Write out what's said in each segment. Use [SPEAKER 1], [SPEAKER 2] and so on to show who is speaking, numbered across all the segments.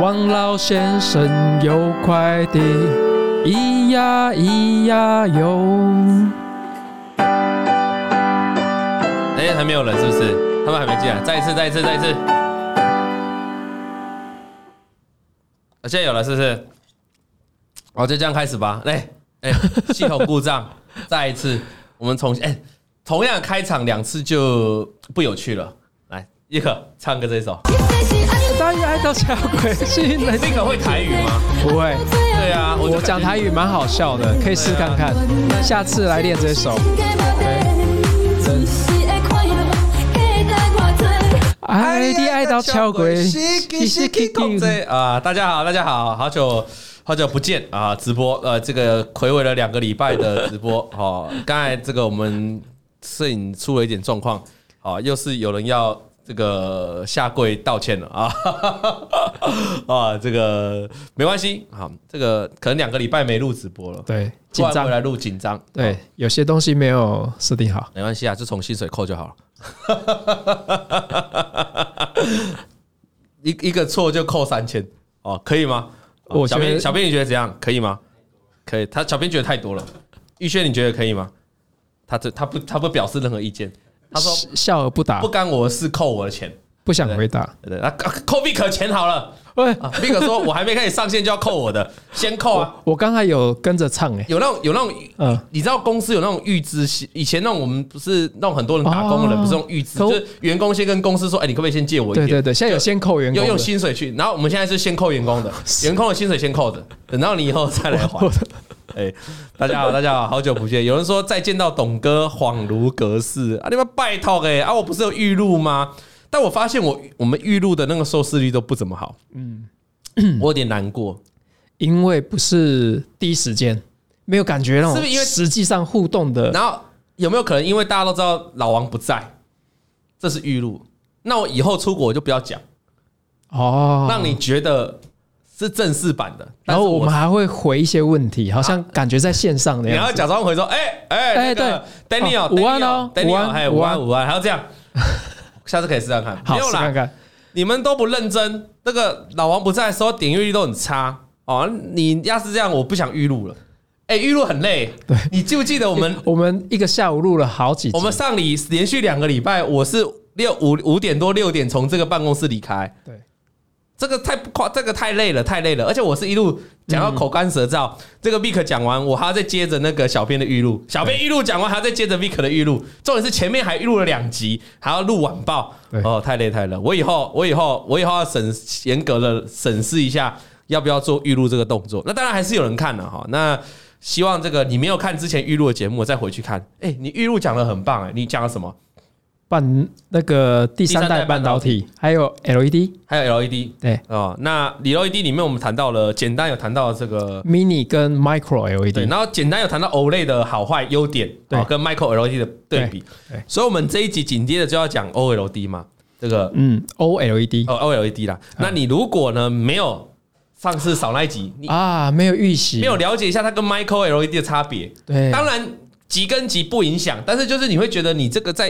[SPEAKER 1] 王老先生有快递，咿呀咿呀哟。
[SPEAKER 2] 哎、还没有人是不是？他们还没进来，再一次，再一次，再一次。啊，现在有了是不是？好，就这样开始吧。来、哎、系统故障，再一次，我们重新，哎、同样开场两次就不有趣了。来，一可唱个这一首，
[SPEAKER 1] 大爷爱到小鬼心来。
[SPEAKER 2] 那个会台语吗？
[SPEAKER 1] 不会，
[SPEAKER 2] 对啊，我就
[SPEAKER 1] 我讲
[SPEAKER 2] 感觉
[SPEAKER 1] 台语蛮好笑的，可以试看看，下次来练这首。爱的爱到哎小鬼，
[SPEAKER 2] 对啊、大家好，大家好，好久好久不见啊！直播呃，这个暌违了两个礼拜的直播， 好、哦，刚才这个我们摄影出了一点状况，好、又是有人要这个下跪道歉了啊！ 啊，这个没关系，好，这个可能两个礼拜没录直播了，
[SPEAKER 1] 对，紧
[SPEAKER 2] 突然回
[SPEAKER 1] 张，
[SPEAKER 2] 来录紧张，
[SPEAKER 1] 对，有些东西没有设定好。
[SPEAKER 2] 没关系啊，就从薪水扣就好了。 一一个错就扣三千哦，可以吗？哦
[SPEAKER 1] 我
[SPEAKER 2] 小
[SPEAKER 1] 觉得
[SPEAKER 2] 编小编你觉得怎样？可以吗？可以，他小编觉得太多了。玉轩你觉得可以吗？他这他不他不表示任何意见，他说
[SPEAKER 1] 笑笑而不答
[SPEAKER 2] 不，干我的事，扣我的钱。
[SPEAKER 1] 不想回答。
[SPEAKER 2] 对，那扣 Vick 钱好了。
[SPEAKER 1] 喂，
[SPEAKER 2] 啊，Vick 说我还没开始上线就要扣我的，先扣啊。
[SPEAKER 1] 我刚才有跟着唱哎，
[SPEAKER 2] 有那种有那种
[SPEAKER 1] 嗯，
[SPEAKER 2] 你知道公司有那种预支系，以前那种我们不是那种很多人打工的人，
[SPEAKER 1] 哦
[SPEAKER 2] 不是用预支，
[SPEAKER 1] 可我
[SPEAKER 2] 就是员工先跟公司说，哎，你可不可以先借我一
[SPEAKER 1] 对
[SPEAKER 2] 点？
[SPEAKER 1] 对对，现在有先扣员
[SPEAKER 2] 用
[SPEAKER 1] 工
[SPEAKER 2] 用
[SPEAKER 1] 的，
[SPEAKER 2] 薪水去，然后我们现在是先扣员工 的，员工的薪水先扣着，等到你以后再来还。 哎，大家好，大家好，好久不见。有人说再见到董哥恍如隔世啊！你们拜托哎、啊，我不是有预录吗？但我发现我我们预录的那个收视率都不怎么好，嗯，我有点难过。
[SPEAKER 1] 因为不是第一时间没有感觉那种，
[SPEAKER 2] 是不是因为
[SPEAKER 1] 实际上互动的
[SPEAKER 2] 然后有没有可能，因为大家都知道老王不在，这是预录，那我以后出国我就不要讲，
[SPEAKER 1] 哦，
[SPEAKER 2] 让你觉得是正式版的。
[SPEAKER 1] 然
[SPEAKER 2] 但是
[SPEAKER 1] 后我们还会回一些问题，好像感觉在线上的
[SPEAKER 2] 你
[SPEAKER 1] 样
[SPEAKER 2] 要
[SPEAKER 1] 子。
[SPEAKER 2] 假装回说，哎哎
[SPEAKER 1] 哎
[SPEAKER 2] 对
[SPEAKER 1] 对
[SPEAKER 2] ，Daniel，
[SPEAKER 1] 哦午安哦
[SPEAKER 2] Daniel，
[SPEAKER 1] 午安
[SPEAKER 2] 哎，
[SPEAKER 1] 午
[SPEAKER 2] 午安
[SPEAKER 1] 安
[SPEAKER 2] 午安，还要这样， 下次可以试试看。
[SPEAKER 1] 好，
[SPEAKER 2] 没有
[SPEAKER 1] 试看
[SPEAKER 2] 啦，
[SPEAKER 1] 看。
[SPEAKER 2] 你们都不认真，那个老王不在的时候点阅率都很差哦。你要是这样，我不想预录了。哎，预录很累，你记不记得 我们
[SPEAKER 1] 我们一个下午录了好几集，
[SPEAKER 2] 我们上礼连续两个礼拜，我是六五五点多六点从这个办公室离开，
[SPEAKER 1] 对
[SPEAKER 2] 这个太不夸，这个太累了，太累了，而且我是一路讲到口干舌燥。这个 Vick 讲完，我还要再接着那个小编的预录，小编预录讲完，还要再接着 Vick 的预录。重点是前面还预录了两集，还要录晚报，
[SPEAKER 1] 对
[SPEAKER 2] 哦，太累太累。我以后我以后我以后要审严格的审视一下，要不要做预录这个动作。那当然还是有人看了哈，那。希望这个你没有看之前预录的节目，再回去看。哎、你预录讲的很棒哎、你讲了什么？
[SPEAKER 1] 半那个第三代半导体，还有 LED
[SPEAKER 2] 还有 LED
[SPEAKER 1] 对
[SPEAKER 2] 哦，那你 LED 里面我们谈到了，简单有谈到这个
[SPEAKER 1] mini 跟 micro E
[SPEAKER 2] 对，
[SPEAKER 1] LED，
[SPEAKER 2] 然后简单有谈到 OLED 的好坏优点，
[SPEAKER 1] 嗯对
[SPEAKER 2] 哦，跟 Micro LED 的对比
[SPEAKER 1] 对对，
[SPEAKER 2] 所以我们这一集紧接着就要讲 OLED 嘛，这个
[SPEAKER 1] 嗯，OLED 嗯
[SPEAKER 2] 哦 OLED 啦。那你如果呢没有上次少那一集，你
[SPEAKER 1] 啊，没有预习，
[SPEAKER 2] 没有了解一下它跟 Micro LED 的差别，
[SPEAKER 1] 对，
[SPEAKER 2] 当然级跟级不影响，但是就是你会觉得你这个在，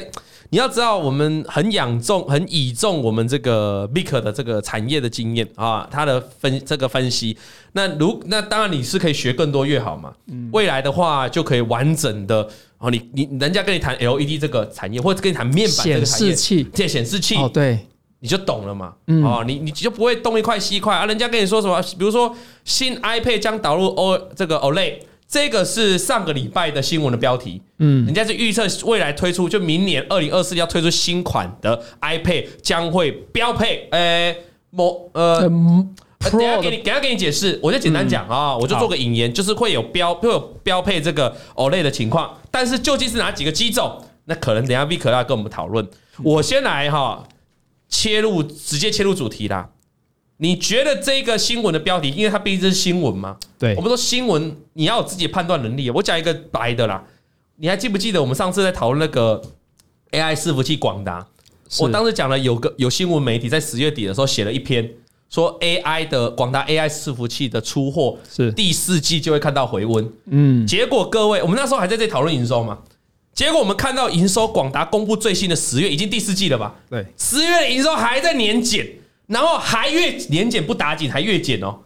[SPEAKER 2] 你要知道我们很仰重、很倚重我们这个 Vick 的这个产业的经验啊，他的分这个分析。那如那当然你是可以学更多越好嘛，
[SPEAKER 1] 嗯
[SPEAKER 2] 未来的话就可以完整的哦，你你人家跟你谈 LED 这个产业，或者跟你谈面板这个
[SPEAKER 1] 显
[SPEAKER 2] 产业
[SPEAKER 1] 示。器
[SPEAKER 2] 这显示器
[SPEAKER 1] 哦，对，
[SPEAKER 2] 你就懂了嘛，
[SPEAKER 1] 嗯
[SPEAKER 2] 哦，你你就不会东一块西一块啊。人家跟你说什么，比如说新 iPad 将导入 O 这个 OLED，这个是上个礼拜的新闻的标题，
[SPEAKER 1] 嗯
[SPEAKER 2] 人家是预测未来推出，就明年二零二四要推出新款的 iPad 将会标配，呃，某
[SPEAKER 1] 嗯
[SPEAKER 2] 呃。呃等一下
[SPEAKER 1] ，Pro
[SPEAKER 2] 给
[SPEAKER 1] 的嗯
[SPEAKER 2] 你，等一下给你解释，我就简单讲啊，我就做个引言，就是会有标会有标配这个 OLED 的情况，但是究竟是哪几个机种，那可能等一下 V 可要跟我们讨论。
[SPEAKER 1] 嗯
[SPEAKER 2] 我先来哈，切入直接切入主题啦。你觉得这个新闻的标题，因为它毕竟是新闻嘛，
[SPEAKER 1] 对
[SPEAKER 2] 我，们说新闻你要有自己的判断能力。我讲一个白的啦，你还记不记得我们上次在讨论那个 AI 伺服器广达？
[SPEAKER 1] 是
[SPEAKER 2] 我当时讲了，有个有新闻媒体在十月底的时候写了一篇，说 AI 的广达 AI 伺服器的出货
[SPEAKER 1] 是，
[SPEAKER 2] 第四季就会看到回温。
[SPEAKER 1] 嗯，
[SPEAKER 2] 结果各位，我们那时候还在这里讨论营收嘛，结果我们看到营收广达公布最新的十月，已经第四季了吧？
[SPEAKER 1] 对，
[SPEAKER 2] 十月的营收还在年减。然后还越年检不打紧，还越检哦，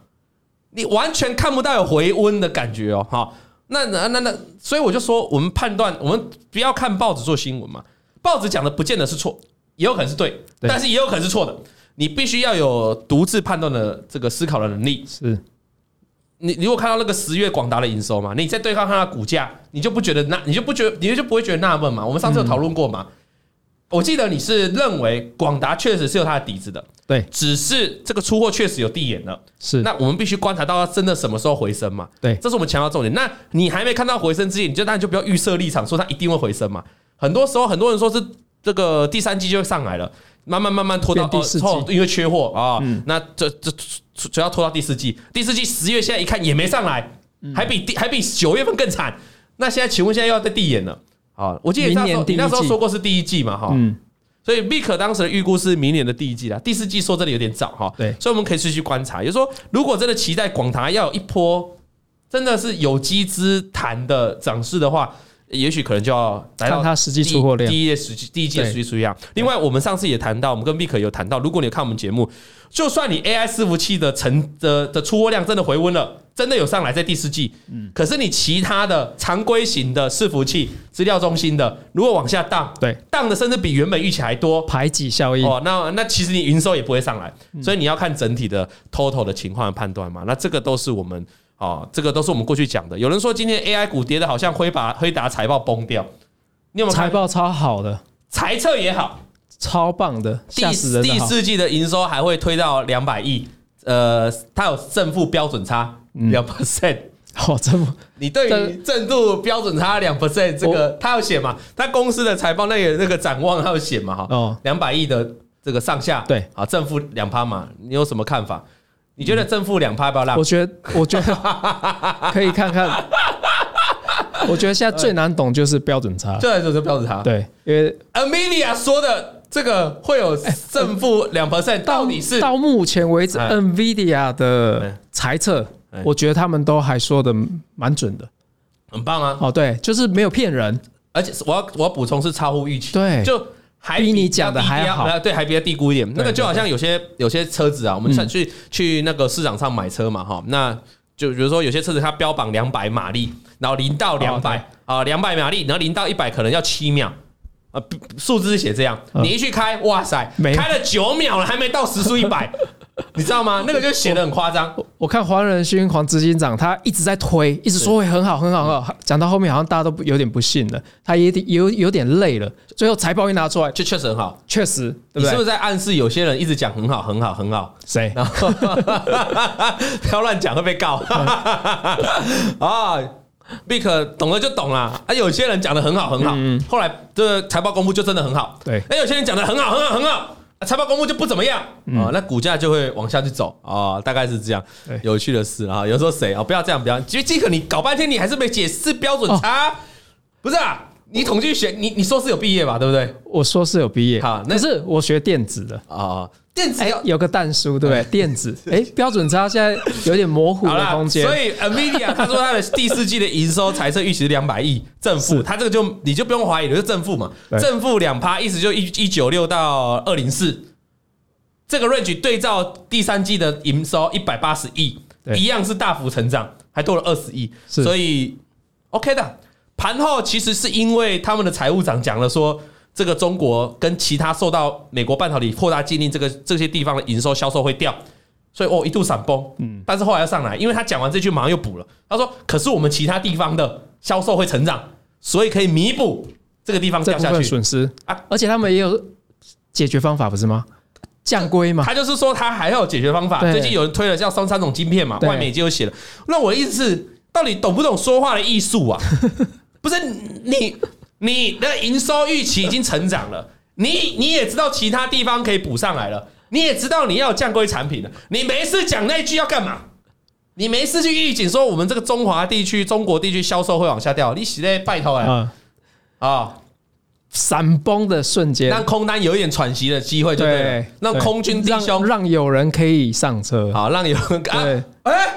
[SPEAKER 2] 你完全看不到有回温的感觉哦，哈。那那那那，所以我就说，我们判断，我们不要看报纸做新闻嘛，报纸讲的不见得是错，也有可能是对，
[SPEAKER 1] 对
[SPEAKER 2] 但是也有可能是错的。你必须要有独自判断的这个思考的能力，
[SPEAKER 1] 是
[SPEAKER 2] 你如果看到那个十月广达的营收嘛，你再对抗它的股价，你就不觉得纳，你就不觉得，你就不会觉得纳闷嘛？我们上次有讨论过嘛？我记得你是认为广达确实是有它的底子的，
[SPEAKER 1] 对，
[SPEAKER 2] 只是这个出货确实有递延了。
[SPEAKER 1] 是
[SPEAKER 2] 那我们必须观察到它真的什么时候回升嘛？
[SPEAKER 1] 对
[SPEAKER 2] 这是我们强调重点。那你还没看到回升之前，你就当然就不要预设立场，说它一定会回升嘛。很多时候，很多人说是这个第三季就会上来了，慢慢慢慢拖到
[SPEAKER 1] 变第四季嗯
[SPEAKER 2] 哦，因为缺货啊，那这这主主要拖到第四季，第四季十月现在一看也没上来，
[SPEAKER 1] 嗯
[SPEAKER 2] 还比第还比九月份更惨。那现在请问现在又要再递延了？啊，我记得你那时
[SPEAKER 1] 明
[SPEAKER 2] 候
[SPEAKER 1] 年第
[SPEAKER 2] 你
[SPEAKER 1] 一
[SPEAKER 2] 那时候
[SPEAKER 1] 季
[SPEAKER 2] 说过是第一季嘛，哈，
[SPEAKER 1] 嗯，
[SPEAKER 2] 所以 v i c 当时的预估是明年的第一季啦，第四季说真的有点早哈。
[SPEAKER 1] 对
[SPEAKER 2] 所以我们可以继续观察，也就是说，如果真的期待广达要有一波真的是有机之谈的涨势的话，也许可能就要来到
[SPEAKER 1] 看它实际出货量
[SPEAKER 2] 第一页实际第一季的
[SPEAKER 1] 对
[SPEAKER 2] 实际出货量。另外，我们上次也谈到，我们跟 v i c 有谈到，如果你有看我们节目，就算你 AI 伺服器的成的的出货量真的回温了。真的有上来在第四季，
[SPEAKER 1] 嗯
[SPEAKER 2] 可是你其他的常规型的伺服器、资料中心的，如果往下荡，
[SPEAKER 1] 对，
[SPEAKER 2] 荡的甚至比原本预期还多，
[SPEAKER 1] 排挤效应，
[SPEAKER 2] 哦，那那其实你营收也不会上来，
[SPEAKER 1] 嗯
[SPEAKER 2] 所以你要看整体的 total 的情况的判断嘛。那这个都是我们哦，这个都是我们过去讲的。有人说今天 AI 股跌的好像辉把辉达财报崩掉，你有没有
[SPEAKER 1] 财
[SPEAKER 2] 看？
[SPEAKER 1] 报超好的，
[SPEAKER 2] 财测也好，
[SPEAKER 1] 超棒的，
[SPEAKER 2] 第
[SPEAKER 1] 吓死人
[SPEAKER 2] 第
[SPEAKER 1] 的好，
[SPEAKER 2] 四季的营收还会推到两百亿，呃，它有正负标准差
[SPEAKER 1] 嗯
[SPEAKER 2] 两 percent。
[SPEAKER 1] 哦，这么
[SPEAKER 2] 你对于正度标准差两 percent 这个，他有写嘛？他公司的财报那个那个展望他有写嘛？哈，
[SPEAKER 1] 哦，
[SPEAKER 2] 两百亿的这个上下，
[SPEAKER 1] 对，
[SPEAKER 2] 啊，正负两趴嘛，你有什么看法？你觉得正负两趴要不要让
[SPEAKER 1] 嗯我？觉得，我觉 得可以看看。我觉得现在最难懂就是标准差，
[SPEAKER 2] 这就是标准差。
[SPEAKER 1] 对，因为
[SPEAKER 2] Amelia 说的这个会有正负两 percent，到底是
[SPEAKER 1] 哎到目前为止
[SPEAKER 2] 哎
[SPEAKER 1] ，NVIDIA 的猜测
[SPEAKER 2] 哎，
[SPEAKER 1] 我觉得他们都还说的蛮准的。
[SPEAKER 2] 很棒啊？
[SPEAKER 1] 哦，对，就是没有骗人，
[SPEAKER 2] 而且我要我要补充是超乎预期，
[SPEAKER 1] 对
[SPEAKER 2] 就还
[SPEAKER 1] 比你讲的还
[SPEAKER 2] 比较
[SPEAKER 1] 好
[SPEAKER 2] 呃对，还比较低估一点。那个就好像有些有些车子啊，我们
[SPEAKER 1] 嗯
[SPEAKER 2] 上去去那个市场上买车嘛，哈，那就比如说有些车子它标榜两百马力，然后零
[SPEAKER 1] 哦
[SPEAKER 2] 到两百啊，两百马力，然后零到一百可能要七秒。呃，比数字是写这样，
[SPEAKER 1] 嗯
[SPEAKER 2] 你一去开，哇塞，
[SPEAKER 1] 没有
[SPEAKER 2] 开了九秒了，还没到时速一 百，你知道吗？那个就写的很夸张。
[SPEAKER 1] 我我看黄仁勋黄执行长他一直在推，一直说会很好很好很好，讲到后面好像大家都不有点不信了，他也有有有点累了。最后财报一拿出来，
[SPEAKER 2] 就确实很好，
[SPEAKER 1] 确实，对不
[SPEAKER 2] 你是不
[SPEAKER 1] 对？
[SPEAKER 2] 是在暗示有些人一直讲很好，很好，很好？
[SPEAKER 1] 谁？
[SPEAKER 2] 然后 不要乱讲会被告
[SPEAKER 1] 嗯
[SPEAKER 2] 啊。b i c 懂了就懂啦，啊，有些人讲的很好很好，后来这财报公布就真的很好，
[SPEAKER 1] 嗯对
[SPEAKER 2] 哎，有些人讲的很好很好很好，啊财报公布就不怎么样
[SPEAKER 1] 嗯
[SPEAKER 2] 啊，那股价就会往下去走啊，大概是这样
[SPEAKER 1] 对。
[SPEAKER 2] 有趣的事啊，有时候谁啊，不要这样，不要，其实 Dick 你搞半天你还是没解释标准
[SPEAKER 1] 哦
[SPEAKER 2] 差，不是啊？你统计学你你硕士有毕业吧，对不对？
[SPEAKER 1] 我说是有毕业，
[SPEAKER 2] 好那
[SPEAKER 1] 可是我学电子的，
[SPEAKER 2] 啊，电子
[SPEAKER 1] 哎
[SPEAKER 2] 要，
[SPEAKER 1] 有个蛋叔，对不对？电 子，哎，标准差现在有点模糊
[SPEAKER 2] 好
[SPEAKER 1] 的
[SPEAKER 2] 啦，
[SPEAKER 1] 空间
[SPEAKER 2] 所，以 Nvidia 他说他的第四季的营收财测预期是两百亿正负，他这个就你就不用怀疑了，就正负嘛，
[SPEAKER 1] 对
[SPEAKER 2] 正负两趴，意思就一一九六到二零四，这个 range 对照第三季的营收一百八十亿，
[SPEAKER 1] 对
[SPEAKER 2] 一样是大幅成长，还多了二十亿，
[SPEAKER 1] 是
[SPEAKER 2] 所以 OK 的。盘后其实是因为他们的财务长讲了说，这个中国跟其他受到美国半导体扩大禁令这个这些地方的营收销售会掉，所以哦一度闪崩，嗯，但是后来又上来，因为他讲完这句马上又补了，他说可是我们其他地方的销售会成长，所以可以弥补这个地方
[SPEAKER 1] 这
[SPEAKER 2] 掉
[SPEAKER 1] 部
[SPEAKER 2] 下
[SPEAKER 1] 分
[SPEAKER 2] 去。
[SPEAKER 1] 损失
[SPEAKER 2] 啊
[SPEAKER 1] 而且他们也有解决方法，不是吗？降规嘛，
[SPEAKER 2] 他就是说他还要有解决方法。
[SPEAKER 1] 对
[SPEAKER 2] 最近有人推了叫三三种晶片嘛，
[SPEAKER 1] 对
[SPEAKER 2] 外面已经有写了。那我的意思是，到底懂不懂说话的艺 术啊？不是你你的营收预期已经成长了，你你也知道其他地方可以补上来了，你也知道你要有降规产品了，你没事讲那句要干嘛？你没事去预警说我们这个中华地区、中国地区销售会往下掉，你洗在拜托哎
[SPEAKER 1] 啊，
[SPEAKER 2] 啊！
[SPEAKER 1] 闪崩的瞬间，
[SPEAKER 2] 让空单有一点喘息的机会就对了
[SPEAKER 1] 对，
[SPEAKER 2] 让
[SPEAKER 1] 对
[SPEAKER 2] 空军弟兄
[SPEAKER 1] 让让有人可以上车。
[SPEAKER 2] 好，让有人
[SPEAKER 1] 对
[SPEAKER 2] 啊，哎，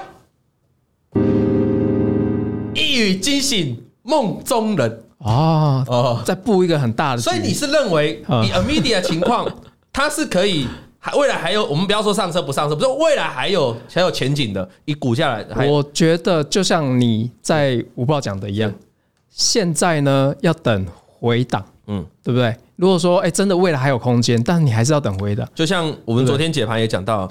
[SPEAKER 2] 一语惊醒梦中人
[SPEAKER 1] 哦，
[SPEAKER 2] 哦。
[SPEAKER 1] 再布一个很大的局，
[SPEAKER 2] 所以你是认为
[SPEAKER 1] 嗯
[SPEAKER 2] 以 Amedia 情况，它是可以还未来还有，我们不要说上车不上车，不是未来还有还有前景的，以股价来，还有
[SPEAKER 1] 我觉得就像你在五报讲的一样，现在呢要等回档，
[SPEAKER 2] 嗯
[SPEAKER 1] 嗯，对不对？如果说哎、真的未来还有空间，但你还是要等回档。
[SPEAKER 2] 就像我们昨天解盘也讲到，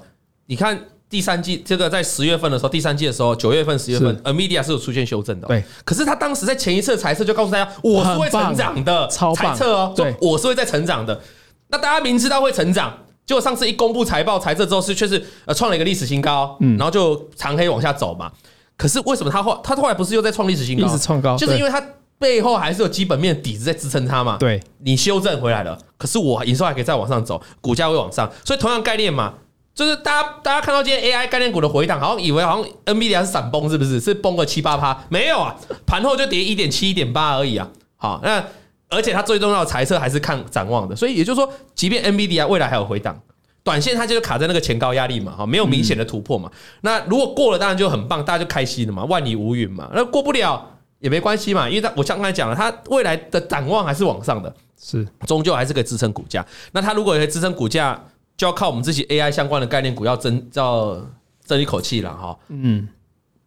[SPEAKER 2] 你看第三季这个在十月份的时候，第三季的时候，九月份、十月份，NVIDIA 是有出现修正的哦。
[SPEAKER 1] 对
[SPEAKER 2] 可是他当时在前一次的财测就告诉大家，我是会成长的，
[SPEAKER 1] 超棒
[SPEAKER 2] 猜测哦，
[SPEAKER 1] 对
[SPEAKER 2] 说我是会在成长的。那大家明知道会成长，结果上次一公布财报、财测之后是确实呃创了一个历史新高，
[SPEAKER 1] 嗯
[SPEAKER 2] 然后就长黑往下走嘛。可是为什么他后他后来不是又在创历史新高？
[SPEAKER 1] 一直创高
[SPEAKER 2] 就是
[SPEAKER 1] 对
[SPEAKER 2] 因为他背后还是有基本面底子在支撑他嘛。
[SPEAKER 1] 对，
[SPEAKER 2] 你修正回来了，可是我营收还可以再往上走，股价会往上，所以同样概念嘛，就是大家大家看到今天 AI 概念股的回档，好像以为好像 NVIDIA 是闪崩，是不是？是崩个七八趴？没有啊，盘后就跌一点七、一点八而已啊。好，那而且它最重要的猜测还是看展望的，所以也就是说，即便 NVIDIA 未来还有回档。短线它就是卡在那个前高压力嘛，哈，没有明显的突破嘛。那如果过了，当然就很棒，大家就开心了嘛，万里无云嘛。那过不了也没关系嘛，因为它我像刚才讲了，它未来的展望还是往上的，
[SPEAKER 1] 是
[SPEAKER 2] 终究还是可以支撑股价。那它如果可以支撑股价，就要靠我们自己 AI 相关的概念股要争要争一口气了哈。
[SPEAKER 1] 嗯，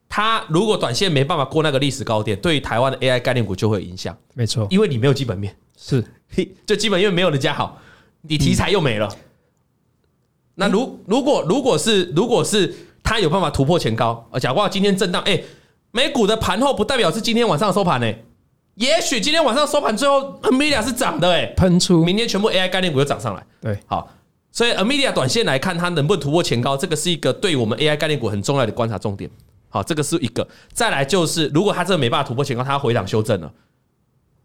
[SPEAKER 2] 它如果短线没办法过那个历史高点，对于台湾的 AI 概念股就会有影响，
[SPEAKER 1] 没错，
[SPEAKER 2] 因为你没有基本面，
[SPEAKER 1] 是
[SPEAKER 2] 嘿就基本面没有人家好，你题材又没了。那如如果如果是如果是它有办法突破前高，呃，假如今天震荡，哎、美股的盘后不代表是今天晚上的收盘呢、哎也许今天晚上收盘最后 NVIDIA 是涨的哎、
[SPEAKER 1] 喷出，
[SPEAKER 2] 明天全部 AI 概念股又涨上来。
[SPEAKER 1] 对，
[SPEAKER 2] 好，所以 Amelia 短线来看，它能不能突破前高，这个是一个对我们 AI 概念股很重要的观察重点。好，这个是一个。再来就是，如果它真的没办法突破前高，它要回档修正了，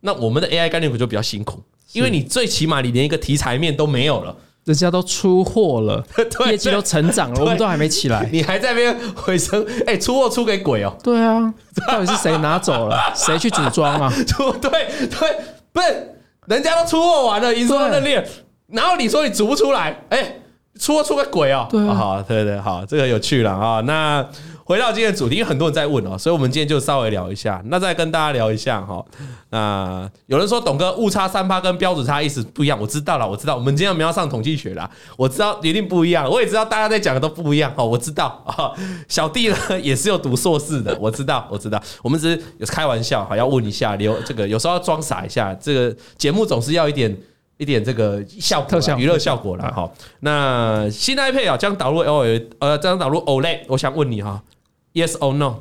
[SPEAKER 2] 那我们的 AI 概念股就比较辛苦，因为你最起码你连一个题材面都没有了，，
[SPEAKER 1] 人家都出货了
[SPEAKER 2] 对
[SPEAKER 1] 业绩都成长了，
[SPEAKER 2] 对
[SPEAKER 1] 我们都还没起来。
[SPEAKER 2] 你还在那边回升，哎，出货出给鬼哦，
[SPEAKER 1] 对啊，到底是谁拿走了？谁去组装啊？
[SPEAKER 2] 出对对，不是，人家都出货完了，营收认列，然后你说你煮不出来，哎，出货出个鬼哦！
[SPEAKER 1] 对啊
[SPEAKER 2] 啊好，对对，好，这个有趣了啊。那回到今天的主题，因为很多人在问哦，所以我们今天就稍微聊一下。那再跟大家聊一下哈。那有人说董哥误差三趴跟标准差意思不一样，我知道了，我知道，我们今天没有上统计学啦，我知道一定不一样，我也知道大家在讲的都不一样哦，我知道啊。小弟呢也是有读硕士的，我知道，我知道，我们只是有开玩笑哈，要问一下留这个，有时候要装傻一下，这个节目总是要一点。一点这个效果
[SPEAKER 1] 特
[SPEAKER 2] 啦，
[SPEAKER 1] 效嗯
[SPEAKER 2] 娱乐效果啦。哈。那新 iPad 啊，将导入 L 呃，将导入 OLED，我想问你哈，Yes or No？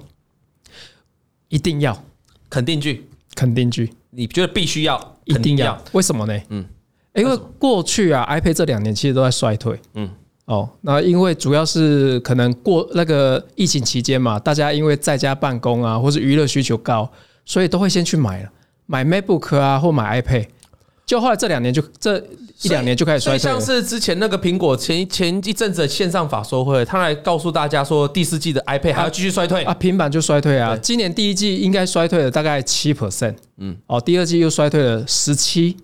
[SPEAKER 1] 一定要
[SPEAKER 2] 肯定句，
[SPEAKER 1] 肯定句，
[SPEAKER 2] 你觉得必须要，
[SPEAKER 1] 一
[SPEAKER 2] 肯定
[SPEAKER 1] 定要。为什么呢？
[SPEAKER 2] 嗯
[SPEAKER 1] 嗯，因为过去啊，iPad 这两年其实都在衰退。
[SPEAKER 2] 嗯
[SPEAKER 1] 嗯，哦，那因为主要是可能过那个疫情期间嘛，大家因为在家办公啊，或是娱乐需求高，所以都会先去买了，买 MacBook 啊，或买 iPad。就后来这两年就这一两年就开始
[SPEAKER 2] 所
[SPEAKER 1] 衰
[SPEAKER 2] 以
[SPEAKER 1] 退了
[SPEAKER 2] 像。是之前那个苹果前前一阵子的线上法说会，他来告诉大家说第四季的 iPad 还要继续衰退
[SPEAKER 1] 啊，，平板就衰退啊
[SPEAKER 2] 对！
[SPEAKER 1] 今年第一季应该衰退了大概七 percent，嗯，哦，第二季又衰退了十七，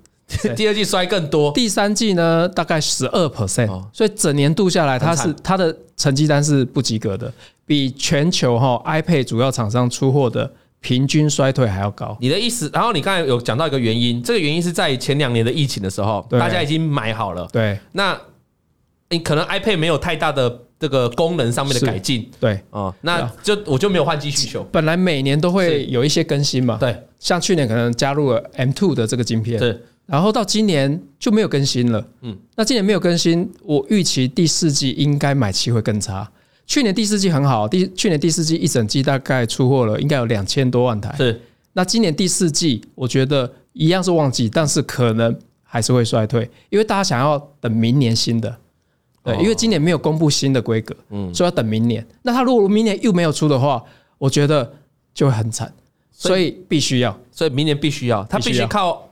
[SPEAKER 2] 第二季衰更多。
[SPEAKER 1] 第三季呢大概十二 percent，
[SPEAKER 2] 哦
[SPEAKER 1] 所以整年度下来，它是
[SPEAKER 2] 很
[SPEAKER 1] 它的成绩单是不及格的，比全球哈、iPad 主要厂商出货的平均衰退还要高。
[SPEAKER 2] 你的意思，然后你刚才有讲到一个原因，这个原因是在前两年的疫情的时候，
[SPEAKER 1] 对
[SPEAKER 2] 大家已经买好了，
[SPEAKER 1] 对
[SPEAKER 2] 那你可能 iPad 没有太大的这个功能上面的
[SPEAKER 1] 是
[SPEAKER 2] 改进
[SPEAKER 1] 对，
[SPEAKER 2] 啊、哦那
[SPEAKER 1] 对
[SPEAKER 2] 就我就没有换机需求。
[SPEAKER 1] 本来每年都会有一些更新嘛，
[SPEAKER 2] 对
[SPEAKER 1] 像去年可能加入了 M2 的这个晶片，
[SPEAKER 2] 对，
[SPEAKER 1] 然后到今年就没有更新了。
[SPEAKER 2] 嗯
[SPEAKER 1] 嗯，那今年没有更新，我预期第四季应该买气会更差。去年第四季很好，第去年第四季一整季大概出货了，应该有两千多万台。
[SPEAKER 2] 是
[SPEAKER 1] 那今年第四季，我觉得一样是旺季，但是可能还是会衰退，因为大家想要等明年新的，对，
[SPEAKER 2] 哦
[SPEAKER 1] 因为今年没有公布新的规格，
[SPEAKER 2] 嗯
[SPEAKER 1] 嗯，所以要等明年。那他如果明年又没有出的话，我觉得就会很惨，
[SPEAKER 2] 所
[SPEAKER 1] 所以必须要
[SPEAKER 2] 所以明年必须要，它必
[SPEAKER 1] 必须
[SPEAKER 2] 须
[SPEAKER 1] 要
[SPEAKER 2] 靠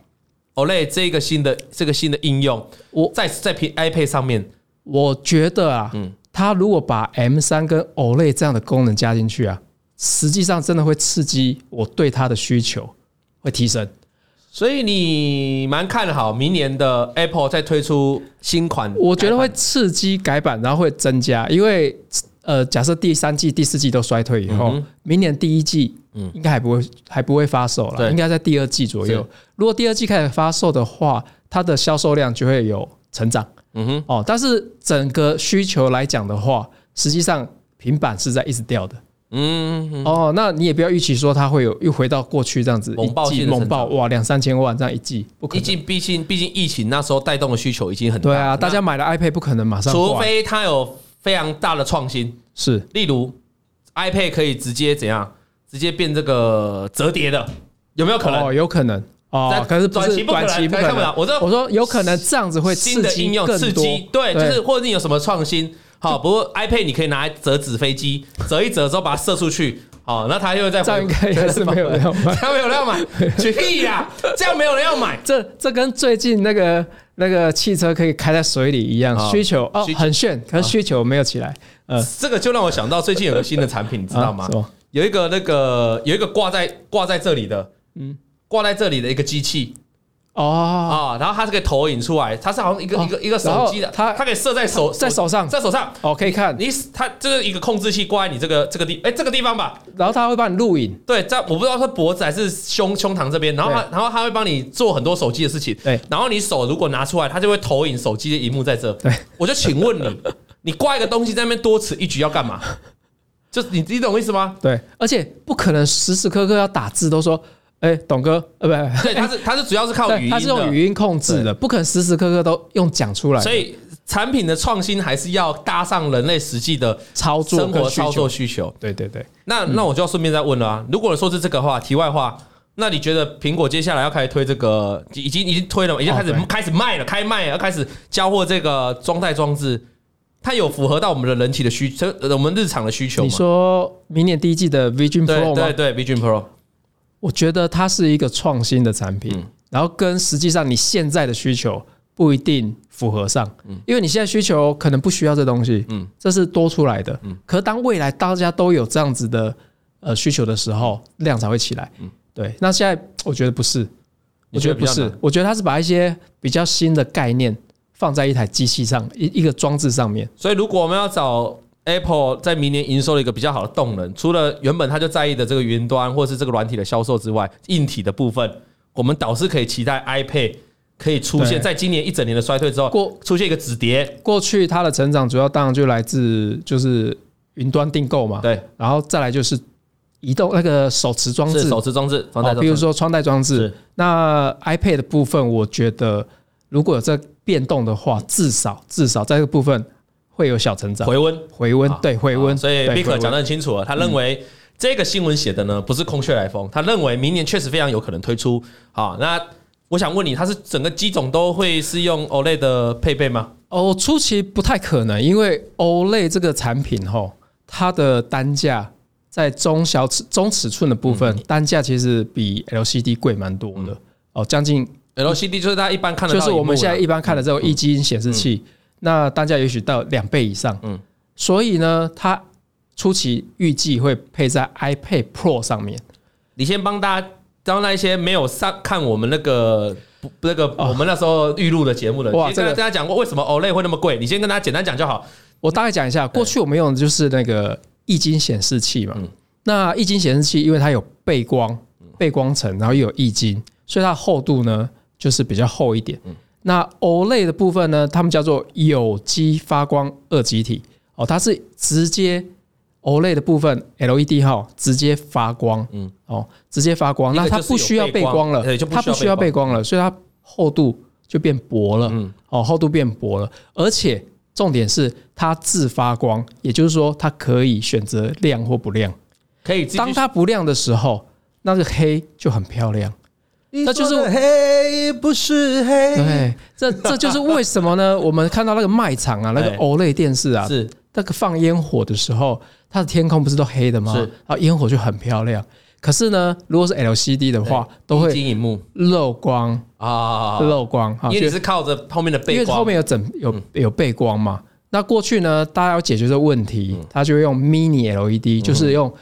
[SPEAKER 2] OLED 这个新的这个新的应用，
[SPEAKER 1] 我
[SPEAKER 2] 在在平 iPad 上面，
[SPEAKER 1] 我觉得啊，它如果把 M 三跟 OLED 这样的功能加进去啊，实际上真的会刺激我对它的需求会提升。
[SPEAKER 2] 所以你蛮看好明年的 Apple 再推出新款，
[SPEAKER 1] 我觉得会刺激改版，然后会增加，因为呃，假设第三季、第四季都衰退以
[SPEAKER 2] 嗯
[SPEAKER 1] 后，明年第一季应该还不会、还不会发售
[SPEAKER 2] 对
[SPEAKER 1] 了，应该在第二季左右
[SPEAKER 2] 是。
[SPEAKER 1] 如果第二季开始发售的话，它的销售量就会有成长，嗯哼，哦，但是整个需求来讲的话，实际上平板是在一直掉的。
[SPEAKER 2] 嗯，嗯
[SPEAKER 1] 哦，那你也不要预期说它会有又回到过去这样子
[SPEAKER 2] 猛爆
[SPEAKER 1] 一季
[SPEAKER 2] 性的
[SPEAKER 1] 猛爆
[SPEAKER 2] 成
[SPEAKER 1] 哇两三千万这样一季，不可
[SPEAKER 2] 毕
[SPEAKER 1] 能。
[SPEAKER 2] 竟毕竟毕竟疫情那时候带动的需求已经很大，
[SPEAKER 1] 对啊，
[SPEAKER 2] 那
[SPEAKER 1] 大家买了 iPad 不可能马上
[SPEAKER 2] 除
[SPEAKER 1] 换
[SPEAKER 2] 非它有非常大的创新，
[SPEAKER 1] 是
[SPEAKER 2] 例如 iPad 可以直接怎样，直接变这个折叠的，有没有可能？
[SPEAKER 1] 哦，有可能哦
[SPEAKER 2] 在，
[SPEAKER 1] 可是不
[SPEAKER 2] 短
[SPEAKER 1] 是
[SPEAKER 2] 期不可
[SPEAKER 1] 短
[SPEAKER 2] 能
[SPEAKER 1] 期不
[SPEAKER 2] 可
[SPEAKER 1] 可
[SPEAKER 2] 能看不
[SPEAKER 1] 能
[SPEAKER 2] 了。我知道
[SPEAKER 1] 我说有可能这样子会
[SPEAKER 2] 新的
[SPEAKER 1] 刺激
[SPEAKER 2] 应用
[SPEAKER 1] 更
[SPEAKER 2] 刺
[SPEAKER 1] 多
[SPEAKER 2] 激，对，就
[SPEAKER 1] 对
[SPEAKER 2] 是或者你有什么创新。好，不过 iPad 你可以拿来折纸飞机，折一折之后把它射出去，好，那它又再回
[SPEAKER 1] 这样应该也是没有人要买
[SPEAKER 2] 这样没有人要买，举屁呀，这样没有人要买。
[SPEAKER 1] 这这跟最近那个那个汽车可以开在水里一样，
[SPEAKER 2] 哦
[SPEAKER 1] 需求哦
[SPEAKER 2] 需求
[SPEAKER 1] 很炫，可是需求没有起来，呃，
[SPEAKER 2] 这个就让我想到最近有个新的产品，你知道吗
[SPEAKER 1] 啊？什么
[SPEAKER 2] 有一个那个有一个挂在挂在这里的，嗯，挂在这里的一个机器
[SPEAKER 1] 哦，
[SPEAKER 2] 啊，然后它是可以投影出来，它是好像一个
[SPEAKER 1] 哦
[SPEAKER 2] 一个一个手机的，
[SPEAKER 1] 然后它
[SPEAKER 2] 它可以射在手
[SPEAKER 1] 在手上
[SPEAKER 2] 在手上，
[SPEAKER 1] 哦可以看，
[SPEAKER 2] 你它就是一个控制器挂在你这个这个地，哎，这个地方吧，
[SPEAKER 1] 然后他会帮你录影，
[SPEAKER 2] 对，在我不知道是脖子还是胸胸膛这边，然后它然后它会帮你做很多手机的事情，
[SPEAKER 1] 对，
[SPEAKER 2] 然后你手如果拿出来，它就会投影手机的荧幕在这，
[SPEAKER 1] 对，
[SPEAKER 2] 我就请 问你，你挂一个东西在那边多此一举要干嘛？就是你你懂我意思吗？
[SPEAKER 1] 对，而且不可能时时刻刻要打字，都说，哎，董哥，呃，不
[SPEAKER 2] 对，它是它是主要是靠
[SPEAKER 1] 不，
[SPEAKER 2] 语
[SPEAKER 1] 对，
[SPEAKER 2] 音的，
[SPEAKER 1] 他是用语音控制的，不可能时时刻刻都用讲出来的，
[SPEAKER 2] 所以产品的创新还是要搭上人类实际的
[SPEAKER 1] 操作
[SPEAKER 2] 生
[SPEAKER 1] 跟
[SPEAKER 2] 活
[SPEAKER 1] 需
[SPEAKER 2] 操作
[SPEAKER 1] 求，
[SPEAKER 2] 需求。
[SPEAKER 1] 对对对，
[SPEAKER 2] 那那我就要顺便再问了啊，如果说是这个话，题外话，那你觉得苹果接下来要开始推这个，已经已经推了嘛，已经开始
[SPEAKER 1] 哦对你
[SPEAKER 2] 吗？
[SPEAKER 1] 说明年第一季的 Vision
[SPEAKER 2] 对
[SPEAKER 1] Pro 吗
[SPEAKER 2] 对？对，Vision Pro，
[SPEAKER 1] 我觉得它是一个创新的产
[SPEAKER 2] 嗯
[SPEAKER 1] 品，然后跟实际上你现在的需求不一定符合上，因为你现在需求可能不需要这东西，
[SPEAKER 2] 嗯
[SPEAKER 1] 这是多出来的，可当未来大家都有这样子的呃需求的时候，量才会起来，对，那现在我觉得不是，
[SPEAKER 2] 嗯你
[SPEAKER 1] 我觉
[SPEAKER 2] 觉得
[SPEAKER 1] 得
[SPEAKER 2] 比
[SPEAKER 1] 不
[SPEAKER 2] 较难
[SPEAKER 1] 是，我觉得它是把一些比较新的概念放在一台机器上，一一个装置上面，
[SPEAKER 2] 所以如果我们要找 Apple 在明年营收的一个比较好的动能，除了原本他就在意的这个云端或是这个软体的销售之外，硬体的部分，我们倒是可以期待 iPad 可以出现
[SPEAKER 1] 对
[SPEAKER 2] 在今年一整年的衰退之后，
[SPEAKER 1] 过
[SPEAKER 2] 出现一个止跌。
[SPEAKER 1] 过去它的成长主要当然就来自就是云端订购嘛，
[SPEAKER 2] 对，
[SPEAKER 1] 然后再来就是移动那个手持装
[SPEAKER 2] 是
[SPEAKER 1] 置，
[SPEAKER 2] 手持装置，放在
[SPEAKER 1] 哦，比如说穿戴装置
[SPEAKER 2] 是。
[SPEAKER 1] 那 iPad 的部分，我觉得如果有这变动的话，至少至少在这个部分会有小成长，
[SPEAKER 2] 回温，
[SPEAKER 1] 回温
[SPEAKER 2] 啊
[SPEAKER 1] 嗯对回温。
[SPEAKER 2] 所以
[SPEAKER 1] 对
[SPEAKER 2] Bick
[SPEAKER 1] 回温嗯
[SPEAKER 2] 讲得很清楚了，他认为这个新闻写的呢不是空穴来风，他认为明年确实非常有可能推出。好，那我想问你，它是整个机种都会是用 OLED 的配备吗？
[SPEAKER 1] 哦，初期不太可能，因为 OLAY 这个产品吼，它的单价在中小尺中尺寸的部分，
[SPEAKER 2] 嗯
[SPEAKER 1] 单价其实比 LCD 贵蛮多的，哦，将近
[SPEAKER 2] LCD 就是它一般看得
[SPEAKER 1] 就
[SPEAKER 2] 嗯到，
[SPEAKER 1] 是我们现在一般看的
[SPEAKER 2] 嗯
[SPEAKER 1] 这种液晶显示器，那单价也许到两倍以上。
[SPEAKER 2] 嗯
[SPEAKER 1] 嗯，所以呢，它初期预计会配在 iPad Pro 上面。
[SPEAKER 2] 你先帮大家，当那一些没有上看我们那个不那个、我们那时候预录的节目的，
[SPEAKER 1] 哦哇
[SPEAKER 2] 哇，这
[SPEAKER 1] 这
[SPEAKER 2] 个
[SPEAKER 1] 个
[SPEAKER 2] 大家讲过为什么 OLAY 会那么贵，你先跟大家简单讲就好。
[SPEAKER 1] 我大概讲一下，过去我们用的就是那个液晶显示器嘛。
[SPEAKER 2] 嗯
[SPEAKER 1] 那液晶显示器因为它有背光、背光层，然后又有液晶，所以它的厚度呢就是比较厚一
[SPEAKER 2] 嗯
[SPEAKER 1] 点。那 OLED 的部分呢，他们叫做有机发光二极体哦，它是直接 OLED 的部分 LED 哈直接发光，
[SPEAKER 2] 嗯
[SPEAKER 1] 嗯哦直接发光，
[SPEAKER 2] 一个
[SPEAKER 1] 那它
[SPEAKER 2] 就是
[SPEAKER 1] 不需要
[SPEAKER 2] 有背
[SPEAKER 1] 背
[SPEAKER 2] 光呃
[SPEAKER 1] 光了
[SPEAKER 2] 对就，不
[SPEAKER 1] 它
[SPEAKER 2] 需要
[SPEAKER 1] 不需要
[SPEAKER 2] 背
[SPEAKER 1] 背光了，所以它厚度就变薄了。
[SPEAKER 2] 嗯，
[SPEAKER 1] 哦，厚度变薄了，而且重点是它自发光，也就是说它可以选择亮或不亮。
[SPEAKER 2] 可以自己
[SPEAKER 1] 当它不亮的时候，那个黑就很漂亮。
[SPEAKER 2] 那
[SPEAKER 1] 就是我
[SPEAKER 2] 黑不是黑，
[SPEAKER 1] 对，这这就是为什么呢？ 我们看到那个卖场啊，那个
[SPEAKER 2] 哎
[SPEAKER 1] OLED 电视啊，
[SPEAKER 2] 是
[SPEAKER 1] 那个放烟火的时候，它的天空不是都黑的吗？
[SPEAKER 2] 是
[SPEAKER 1] 然后烟火就很漂亮。可是呢，如果是 LCD 的话，都
[SPEAKER 2] 液
[SPEAKER 1] 会
[SPEAKER 2] 晶荧幕
[SPEAKER 1] 漏光，
[SPEAKER 2] 啊，
[SPEAKER 1] 漏光哈，
[SPEAKER 2] 因为
[SPEAKER 1] 就
[SPEAKER 2] 你是靠着后面的
[SPEAKER 1] 因
[SPEAKER 2] 背
[SPEAKER 1] 为
[SPEAKER 2] 光，
[SPEAKER 1] 后面有整有嗯有背光嘛。那过去呢，大家要解决这个问题，他就会用 mini LED，就是用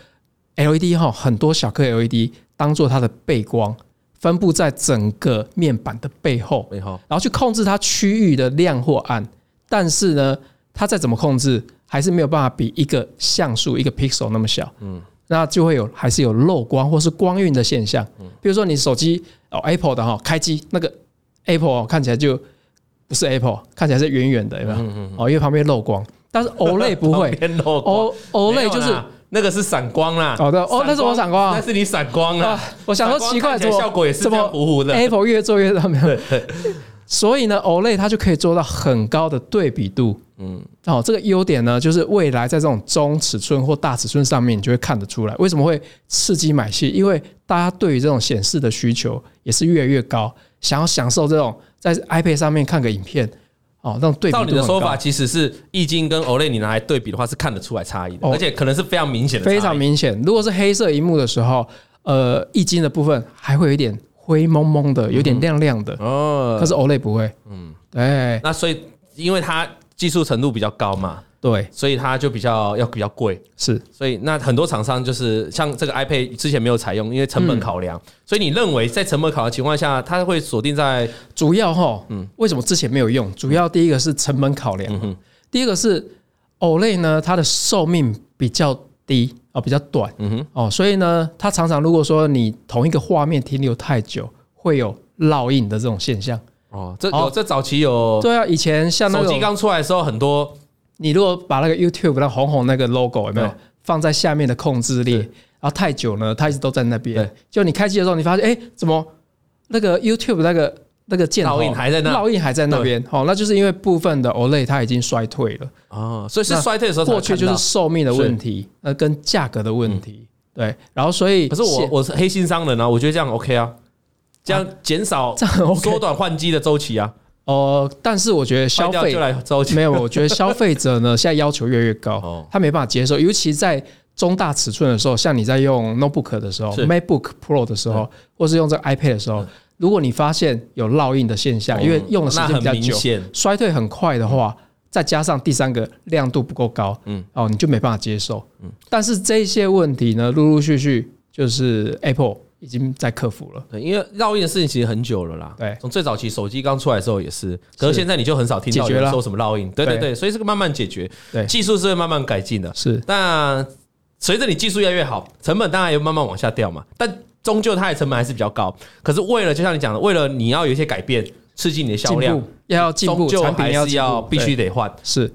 [SPEAKER 1] LED 哈很多小颗 LED 当做它的背光，分布在整个面板的背后，
[SPEAKER 2] 背 后
[SPEAKER 1] 然后去控制它区域的亮或暗。但是呢，它再怎么控制，还是没有办法比一个像素一个 pixel 那么小。嗯，那就会有还是有漏光或是光晕的现象。比如说你手机哦 Apple 的哈、开机那个 Apple 哦看起来就不是 Apple，看起来是圆圆的，有没有？哦，因为旁边漏光，但 是 OLED 不会
[SPEAKER 2] 嗯旁边漏光
[SPEAKER 1] ，O OLED 就
[SPEAKER 2] 没有
[SPEAKER 1] 是
[SPEAKER 2] 啦那个是闪光啦。
[SPEAKER 1] 哦对哦那是我闪光啊
[SPEAKER 2] 那是你闪光啊
[SPEAKER 1] 啊。，我想说
[SPEAKER 2] 闪光
[SPEAKER 1] 奇怪，
[SPEAKER 2] 看起
[SPEAKER 1] 怎
[SPEAKER 2] 来
[SPEAKER 1] 么
[SPEAKER 2] 效果也是
[SPEAKER 1] 怎么
[SPEAKER 2] 这样哎糊 糊的
[SPEAKER 1] Apple 越做越大，没有。所以呢，OLED 它就可以做到很高的对比度。嗯，哦，这个优点呢，就是未来在这种中尺寸或大尺寸上面，你就会看得出来。为什么会刺激买戏？因为大家对于这种显示的需求也是越来越高，想要享受这种在 iPad 上面看个影片，哦，那种对比度
[SPEAKER 2] 照
[SPEAKER 1] 很
[SPEAKER 2] 你
[SPEAKER 1] 高。
[SPEAKER 2] 的说法，其实是易经跟 OLED 你拿来对比的话，是看得出来差异的，
[SPEAKER 1] 哦
[SPEAKER 2] 而且可能是非常明显的差异，
[SPEAKER 1] 非常明显。如果是黑色荧幕的时候，呃，易经的部分还会有一点灰蒙蒙的，有点亮亮的。
[SPEAKER 2] 嗯哦。
[SPEAKER 1] 可是 OLED 不会，嗯，对
[SPEAKER 2] 那所以，因为它技术程度比较高嘛，
[SPEAKER 1] 对
[SPEAKER 2] 所以它就比较要比较贵。
[SPEAKER 1] 是，
[SPEAKER 2] 所以那很多厂商就是像这个 iPad 之前没有采用，因为
[SPEAKER 1] 嗯
[SPEAKER 2] 成本考量。所以你认为在成本考量情况下，它会锁定在
[SPEAKER 1] 主要哈，嗯，为什么之前没有用？主要第一个是成本考量，第一个是 OLED 呢，它的寿命比较低啊、哦比较短，嗯哼，哦，所以呢，它常常如果说你同一个画面停留太久，会有烙印的这种现象。
[SPEAKER 2] 哦，这
[SPEAKER 1] 好
[SPEAKER 2] 有这早期有
[SPEAKER 1] 对啊，以前像那
[SPEAKER 2] 手机
[SPEAKER 1] 种，
[SPEAKER 2] 刚出来的时候，很多
[SPEAKER 1] 你如果把那个 YouTube 那红红那个 logo 有没有
[SPEAKER 2] 对
[SPEAKER 1] 放在下面的控制列，
[SPEAKER 2] 对
[SPEAKER 1] 然后太久呢，它一直都在那边
[SPEAKER 2] 对。
[SPEAKER 1] 就你开机的时候，你发现哎、诶怎么那个 YouTube 那个那个箭头
[SPEAKER 2] 烙印还在那
[SPEAKER 1] 烙印还在那边。哦，那就是因为部分的 OLED 它已经衰退了，
[SPEAKER 2] 哦，所以是
[SPEAKER 1] 那
[SPEAKER 2] 衰退的时候才
[SPEAKER 1] 过去
[SPEAKER 2] 看
[SPEAKER 1] 就
[SPEAKER 2] 到
[SPEAKER 1] 是寿命的问题，呃，跟价格的问题。对，然后所以
[SPEAKER 2] 可是我
[SPEAKER 1] 现
[SPEAKER 2] 我是黑心商人啊，我觉得这样 OK 啊，这样减少
[SPEAKER 1] 这样很 OK
[SPEAKER 2] 缩短换机的周期啊，
[SPEAKER 1] 呃，但是我觉得消
[SPEAKER 2] 坏掉
[SPEAKER 1] 费
[SPEAKER 2] 就来周期
[SPEAKER 1] 没有，我觉得消费者呢现在要求越来越高
[SPEAKER 2] 哦，
[SPEAKER 1] 他没办法接受，尤其在中大尺寸的时候，像你在用 notebook 的时候
[SPEAKER 2] 是嗯
[SPEAKER 1] ，MacBook Pro 的时候，或是用这个 iPad 的时候，如果你发现有烙印的现象，因为用的时
[SPEAKER 2] 哦那
[SPEAKER 1] 间比
[SPEAKER 2] 很
[SPEAKER 1] 较
[SPEAKER 2] 明
[SPEAKER 1] 久，
[SPEAKER 2] 显，
[SPEAKER 1] 衰退很快的话，再加上第三个亮度不够高，嗯
[SPEAKER 2] 嗯，
[SPEAKER 1] 哦，你就没办法接受。嗯，但是这些问题呢，陆陆续续就是 Apple 已经在克服了。
[SPEAKER 2] 对，因为烙印的事情其实很久了啦。
[SPEAKER 1] 对
[SPEAKER 2] 从最早期手机刚出来的时候也是，可是现在你就很少听到
[SPEAKER 1] 解决
[SPEAKER 2] 有人
[SPEAKER 1] 了
[SPEAKER 2] 说什么烙印。对对
[SPEAKER 1] 对
[SPEAKER 2] 对，所以这个慢慢解决，
[SPEAKER 1] 对
[SPEAKER 2] 技术是会慢慢改进的。
[SPEAKER 1] 是
[SPEAKER 2] 那随着你技术越来越好，成本当然也慢慢往下掉嘛，但终究它的成本还是比较高。可是为了就像你讲的，为了你要有一些改变，刺激你的销
[SPEAKER 1] 进
[SPEAKER 2] 量
[SPEAKER 1] 步，，要进
[SPEAKER 2] 终
[SPEAKER 1] 步，
[SPEAKER 2] 究
[SPEAKER 1] 产
[SPEAKER 2] 还
[SPEAKER 1] 品要
[SPEAKER 2] 是
[SPEAKER 1] 进步
[SPEAKER 2] 要必须
[SPEAKER 1] 对
[SPEAKER 2] 得换。
[SPEAKER 1] 是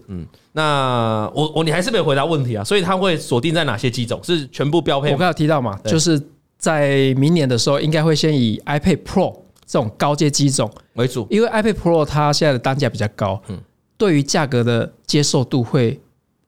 [SPEAKER 2] 那我我你还是没有回答问题啊，所以它会锁定在哪些机种？是全部标配
[SPEAKER 1] 我
[SPEAKER 2] 吗？
[SPEAKER 1] 刚有提到嘛，
[SPEAKER 2] 对
[SPEAKER 1] 就是在明年的时候，应该会先以 iPad Pro 这种高阶机种，
[SPEAKER 2] 为主？
[SPEAKER 1] 因为 iPad Pro 它现在的单价比较高，
[SPEAKER 2] 嗯
[SPEAKER 1] 对于价格的接受度会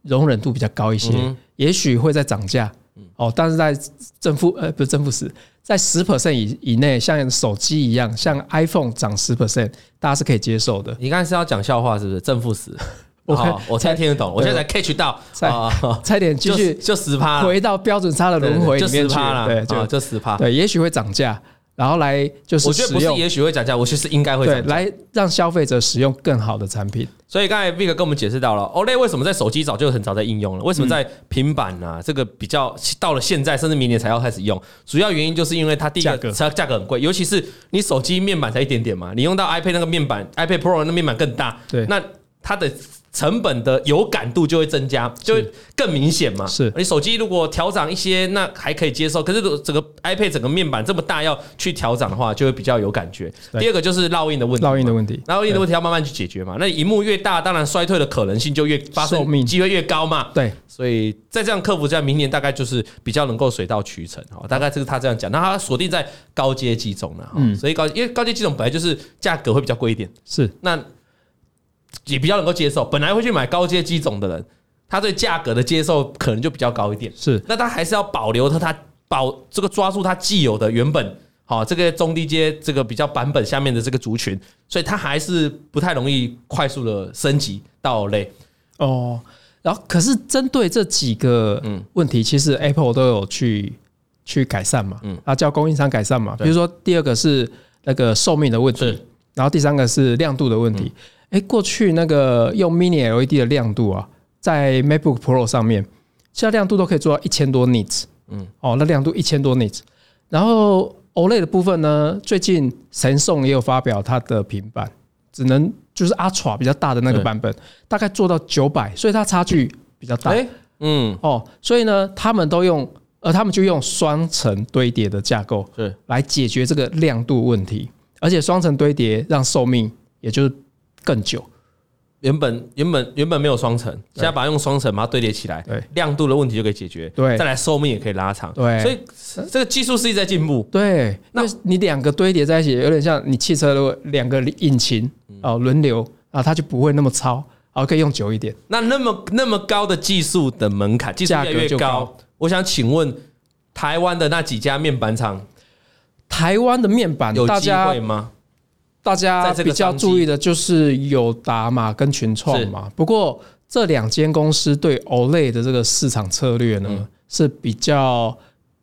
[SPEAKER 1] 容忍度比较高一些，
[SPEAKER 2] 嗯
[SPEAKER 1] 也许会再涨价，哦，但是在正负呃不是正负十，在十 percent 以以内，像手机一样，像 iPhone 涨十 percent，大家是可以接受的。
[SPEAKER 2] 你刚才是要讲笑话是不是？正负十，
[SPEAKER 1] 我
[SPEAKER 2] 哦我才听得懂，我现在才 catch 到
[SPEAKER 1] 才
[SPEAKER 2] 啊，
[SPEAKER 1] 差一点继
[SPEAKER 2] 就
[SPEAKER 1] 续
[SPEAKER 2] 就十趴
[SPEAKER 1] 回到标准差的轮回
[SPEAKER 2] 就
[SPEAKER 1] 里面
[SPEAKER 2] 十
[SPEAKER 1] 去，
[SPEAKER 2] 趴
[SPEAKER 1] 对，
[SPEAKER 2] 了，
[SPEAKER 1] 就
[SPEAKER 2] 啊，就十趴。
[SPEAKER 1] 对，也许会涨价，然后来就是
[SPEAKER 2] 我觉得不
[SPEAKER 1] 使
[SPEAKER 2] 是，
[SPEAKER 1] 用
[SPEAKER 2] 也许会涨价，我觉得是应该会
[SPEAKER 1] 对
[SPEAKER 2] 涨，价。
[SPEAKER 1] 来让消费者使用更好的产品。
[SPEAKER 2] 所以刚才 Vic 跟我们解释到了，OLED 为什么在手机早就很早在应用
[SPEAKER 1] 嗯
[SPEAKER 2] 了，为什么在平板啊这个比较到了现在甚至明年才要开始用，主要原因就是因为它第一
[SPEAKER 1] 价格
[SPEAKER 2] 个它价格很贵，尤其是你手机面板才一点点嘛，你用到 iPad 那个面板，iPad Pro 那面板更大，
[SPEAKER 1] 对
[SPEAKER 2] 那它的成本的有感度就会增加，就会更明显嘛。
[SPEAKER 1] 是
[SPEAKER 2] 你手机如果调涨一些，那还可以接受，可是如果整个 iPad 整个面板这么大要去调涨的话，就会比较有感觉。
[SPEAKER 1] 对
[SPEAKER 2] 第二个就是烙印的问题嘛，
[SPEAKER 1] 烙印的问题，
[SPEAKER 2] 然后你的问题要慢慢去解决嘛。那荧幕越大，当然衰退的可能性就越发
[SPEAKER 1] 寿命
[SPEAKER 2] 生机会越高嘛。
[SPEAKER 1] 对，
[SPEAKER 2] 所以在这样克服之下，明年大概就是比较能够水到渠成哦。大概这是他这样讲，那他锁定在高阶机种了哈。
[SPEAKER 1] 嗯
[SPEAKER 2] 所以高因为高阶机种本来就是价格会比较贵一点，
[SPEAKER 1] 是
[SPEAKER 2] 那也比较能够接受。本来会去买高阶机种的人，他对价格的接受可能就比较高一点。
[SPEAKER 1] 是
[SPEAKER 2] 那他还是要保留他他保这个抓住他既有的原本好、这个中低阶这个比较版本下面的这个族群，所以他还是不太容易快速的升级到类。
[SPEAKER 1] 哦。然后，可是针对这几个问题，其实 Apple 都有去去改善嘛，嗯，啊，叫供应商改善嘛。比如说，第二个是那个寿命的问题
[SPEAKER 2] 是，
[SPEAKER 1] 然后第三个是亮度的问题。哎，过去那个用 Mini LED 的亮度啊，在 MacBook Pro 上面，现在亮度都可以做到一千多 nits，嗯，哦，那亮度一千多 nits。然后 OLED 的部分呢，最近神送也有发表它的平板，只能就是 Ultra 比较大的那个版本，大概做到九百，所以它差距比较大。
[SPEAKER 2] 哎，嗯，
[SPEAKER 1] 哦，所以呢，他们都用，呃，他们就用双层堆叠的架构
[SPEAKER 2] 是
[SPEAKER 1] 来解决这个亮度问题，而且双层堆叠让寿命也就是更久。
[SPEAKER 2] 原本原本原本没有双层，现在把它用双层把它堆叠起来
[SPEAKER 1] 对，
[SPEAKER 2] 亮度的问题就可以解决，
[SPEAKER 1] 对
[SPEAKER 2] 再来寿命也可以拉长，
[SPEAKER 1] 对
[SPEAKER 2] 所以这个技术是一直在进步，
[SPEAKER 1] 对，
[SPEAKER 2] 那
[SPEAKER 1] 那你两个堆叠在一起，有点像你汽车的两个引擎
[SPEAKER 2] 嗯
[SPEAKER 1] 哦轮流啊，它就不会那么超，啊，可以用久一点。
[SPEAKER 2] 那那么那么高的技术的门槛，技术越来
[SPEAKER 1] 价格
[SPEAKER 2] 越
[SPEAKER 1] 就
[SPEAKER 2] 高
[SPEAKER 1] 高，
[SPEAKER 2] 我想请问台湾的那几家面板厂
[SPEAKER 1] 台湾的面板，
[SPEAKER 2] 有
[SPEAKER 1] 大
[SPEAKER 2] 机
[SPEAKER 1] 家
[SPEAKER 2] 会吗？
[SPEAKER 1] 大家
[SPEAKER 2] 在这个
[SPEAKER 1] 比较
[SPEAKER 2] 商机
[SPEAKER 1] 注意的就是友达嘛跟群创嘛。不过这两间公司对 OLED 的这个市场策略呢，
[SPEAKER 2] 嗯
[SPEAKER 1] 是比较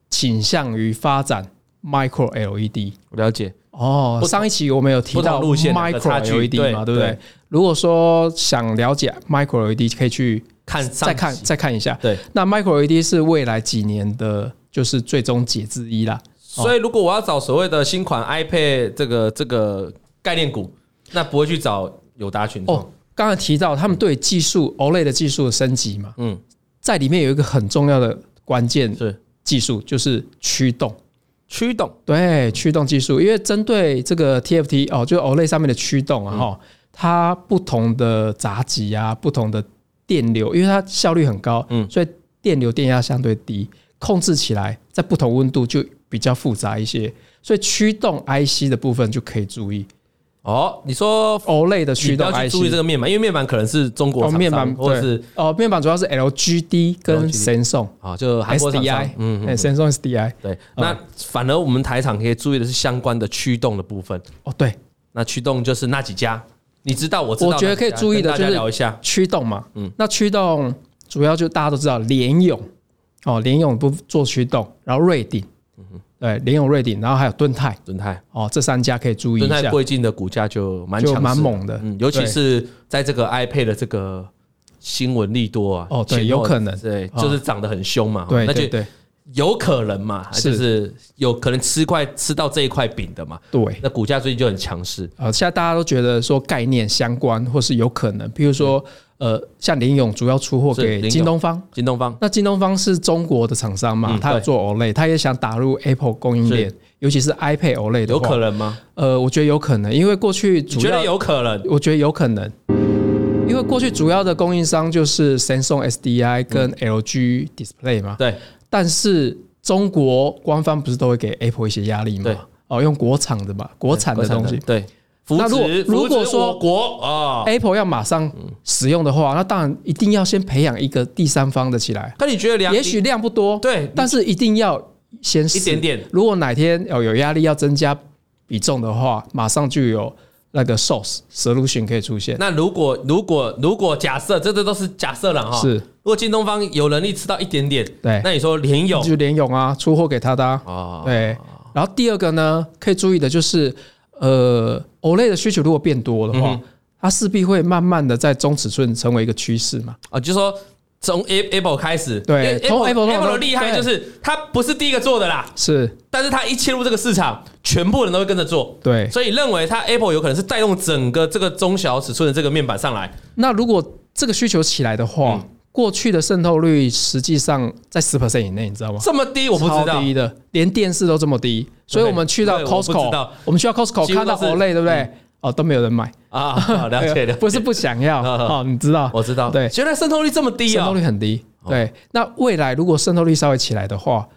[SPEAKER 1] 倾向于发展 Micro LED。
[SPEAKER 2] 我了解，
[SPEAKER 1] 哦
[SPEAKER 2] 不，同
[SPEAKER 1] 上一期我们有提
[SPEAKER 2] 不
[SPEAKER 1] 到
[SPEAKER 2] 同路线的差
[SPEAKER 1] Micro
[SPEAKER 2] 距
[SPEAKER 1] LED 嘛，对
[SPEAKER 2] 对
[SPEAKER 1] 不对
[SPEAKER 2] 对？
[SPEAKER 1] 如果说想了解 Micro LED，可以去
[SPEAKER 2] 看上
[SPEAKER 1] 再看
[SPEAKER 2] 集
[SPEAKER 1] 再看一下。
[SPEAKER 2] 对，
[SPEAKER 1] 那 Micro LED 是未来几年的，就是最终解之一啦。
[SPEAKER 2] 所以如果我要找所谓的新款 iPad 这个这个概念股，那不会去找友达群创
[SPEAKER 1] 哦，刚才提到他们对技术 OLED 的技术的升级嘛，
[SPEAKER 2] 嗯
[SPEAKER 1] 嗯，在里面有一个很重要的关键
[SPEAKER 2] 是
[SPEAKER 1] 技术就是驱动，
[SPEAKER 2] 驱动，
[SPEAKER 1] 对，驱动技术，因为针对这个 TFT 哦，就 OLED 上面的驱动
[SPEAKER 2] 嗯
[SPEAKER 1] 啊，哈、它不同的闸极啊，不同的电流，因为它效率很高，
[SPEAKER 2] 嗯
[SPEAKER 1] 嗯，所以电流电压相对低，控制起来在不同温度就比较复杂一些，所以驱动 IC 的部分就可以注意
[SPEAKER 2] 哦，你说
[SPEAKER 1] OLED 的
[SPEAKER 2] 你
[SPEAKER 1] 驱
[SPEAKER 2] 不
[SPEAKER 1] 动
[SPEAKER 2] 要
[SPEAKER 1] IC
[SPEAKER 2] 去注意这个面板，因为面板可能是中国
[SPEAKER 1] 哦，
[SPEAKER 2] 厂
[SPEAKER 1] 面
[SPEAKER 2] 商
[SPEAKER 1] 板
[SPEAKER 2] 或者
[SPEAKER 1] 对
[SPEAKER 2] 是
[SPEAKER 1] 哦，面板主要是 LGD 跟
[SPEAKER 2] LGD
[SPEAKER 1] Samsung
[SPEAKER 2] 啊，就韩国厂商
[SPEAKER 1] SDI，
[SPEAKER 2] 嗯，
[SPEAKER 1] 哎，Samsung SDI
[SPEAKER 2] 对。那
[SPEAKER 1] 嗯
[SPEAKER 2] 反而我们台厂可以注意的是相关的驱动的部分。
[SPEAKER 1] 哦，对，
[SPEAKER 2] 那驱动就是那几家，你知道，我知道哪
[SPEAKER 1] 我
[SPEAKER 2] 几
[SPEAKER 1] 觉
[SPEAKER 2] 家，
[SPEAKER 1] 得可以注意的
[SPEAKER 2] 跟大
[SPEAKER 1] 就
[SPEAKER 2] 家
[SPEAKER 1] 是
[SPEAKER 2] 聊一下。
[SPEAKER 1] 驱动嘛，嗯，那驱动主要就大家都知道联咏哦，联咏不做驱动，然后瑞鼎，
[SPEAKER 2] 嗯
[SPEAKER 1] 对，联咏瑞鼎，然后还有敦泰
[SPEAKER 2] 敦泰，
[SPEAKER 1] 哦，这三家可以注意一
[SPEAKER 2] 敦泰
[SPEAKER 1] 下，
[SPEAKER 2] 最近的股价就蛮强
[SPEAKER 1] 就
[SPEAKER 2] 势，
[SPEAKER 1] 蛮猛的，
[SPEAKER 2] 嗯，尤其
[SPEAKER 1] 对
[SPEAKER 2] 是在这个 iPad 的这个新闻利多啊，
[SPEAKER 1] 哦对
[SPEAKER 2] 前
[SPEAKER 1] 有
[SPEAKER 2] 后
[SPEAKER 1] 可能
[SPEAKER 2] 对，
[SPEAKER 1] 哦
[SPEAKER 2] 就是涨得很凶嘛，
[SPEAKER 1] 对
[SPEAKER 2] 那
[SPEAKER 1] 对
[SPEAKER 2] 就
[SPEAKER 1] 对
[SPEAKER 2] 有可能嘛，
[SPEAKER 1] 是
[SPEAKER 2] 就是有可能吃块吃到这一块饼的嘛，
[SPEAKER 1] 对，
[SPEAKER 2] 那股价最近就很强势，
[SPEAKER 1] 呃，现在大家都觉得说概念相关或是有可能，比如说呃，像联咏主要出货
[SPEAKER 2] 是联
[SPEAKER 1] 给
[SPEAKER 2] 咏
[SPEAKER 1] 京东方。
[SPEAKER 2] 京东方
[SPEAKER 1] 那京东方是中国的厂商嘛
[SPEAKER 2] 嗯，
[SPEAKER 1] 他有做 OLED，他也想打入 Apple 供应链，尤其是 iPad OLED 的
[SPEAKER 2] 有
[SPEAKER 1] 话
[SPEAKER 2] 可能吗？
[SPEAKER 1] 呃，我觉得有可能，因为过去
[SPEAKER 2] 你
[SPEAKER 1] 主
[SPEAKER 2] 觉
[SPEAKER 1] 要
[SPEAKER 2] 得，有可能？
[SPEAKER 1] 我觉得有可能，因为过去主要的供应商就是 Samsung SDI 跟 LG Display 嘛，
[SPEAKER 2] 嗯对，
[SPEAKER 1] 但是中国官方不是都会给 Apple 一些压力
[SPEAKER 2] 对
[SPEAKER 1] 嘛？哦，用国产的嘛，国产的东西
[SPEAKER 2] 对。扶
[SPEAKER 1] 那如果
[SPEAKER 2] 持，
[SPEAKER 1] 如果
[SPEAKER 2] 扶持
[SPEAKER 1] 说
[SPEAKER 2] 我国啊，
[SPEAKER 1] ，Apple 要马上
[SPEAKER 2] 嗯
[SPEAKER 1] 使用的话，那当然一定要先培养一个第三方的起来，
[SPEAKER 2] 那你觉得两
[SPEAKER 1] 也许量不多，
[SPEAKER 2] 对
[SPEAKER 1] 但是一定要先试
[SPEAKER 2] 一点点
[SPEAKER 1] 如果哪天哦有压力要增加比重的话，马上就有那个 source solution 可以出现。
[SPEAKER 2] 那如果如果如果假设，这这都是假设了哈。
[SPEAKER 1] 是
[SPEAKER 2] 如果京东方有能力吃到一点点，
[SPEAKER 1] 对
[SPEAKER 2] 那你说联友
[SPEAKER 1] 就联咏啊，出货给他的、啊。
[SPEAKER 2] 啊，
[SPEAKER 1] 对，然后第二个呢，可以注意的就是，呃，OLED 的需求如果变多的话，
[SPEAKER 2] 嗯
[SPEAKER 1] 它势必会慢慢的在中尺寸成为一个趋势嘛。
[SPEAKER 2] 啊，就说从 A- Apple 开始，
[SPEAKER 1] 对
[SPEAKER 2] 因为
[SPEAKER 1] 从
[SPEAKER 2] Apple
[SPEAKER 1] Apple 那种
[SPEAKER 2] Apple 的厉害就是它不是第一个做的啦，
[SPEAKER 1] 是，
[SPEAKER 2] 但是它一切入这个市场，全部人都会跟着做。
[SPEAKER 1] 对。
[SPEAKER 2] 所以认为它 Apple 有可能是带动整个这个中小尺寸的这个面板上来，
[SPEAKER 1] 那如果这个需求起来的话，
[SPEAKER 2] 嗯
[SPEAKER 1] 过去的渗透率实际上在十 percent 以内，你知道吗？
[SPEAKER 2] 这么低我不知
[SPEAKER 1] 超
[SPEAKER 2] 道，
[SPEAKER 1] 低的，连电视都这么低，所以我们去到
[SPEAKER 2] 对我不知
[SPEAKER 1] Costco，
[SPEAKER 2] 道
[SPEAKER 1] 我们去到 Costco
[SPEAKER 2] 几乎
[SPEAKER 1] 看
[SPEAKER 2] 都
[SPEAKER 1] 到
[SPEAKER 2] 是
[SPEAKER 1] OLED，对不对？哦，都没有人买，
[SPEAKER 2] 啊，好了 解了解，
[SPEAKER 1] 不是不想 要
[SPEAKER 2] 嗯嗯
[SPEAKER 1] 哦，你知道，
[SPEAKER 2] 我知道，
[SPEAKER 1] 对
[SPEAKER 2] 原来渗透率这么低
[SPEAKER 1] 渗
[SPEAKER 2] 啊
[SPEAKER 1] 透，率很低。对，那未来如果渗透率稍微起来的话，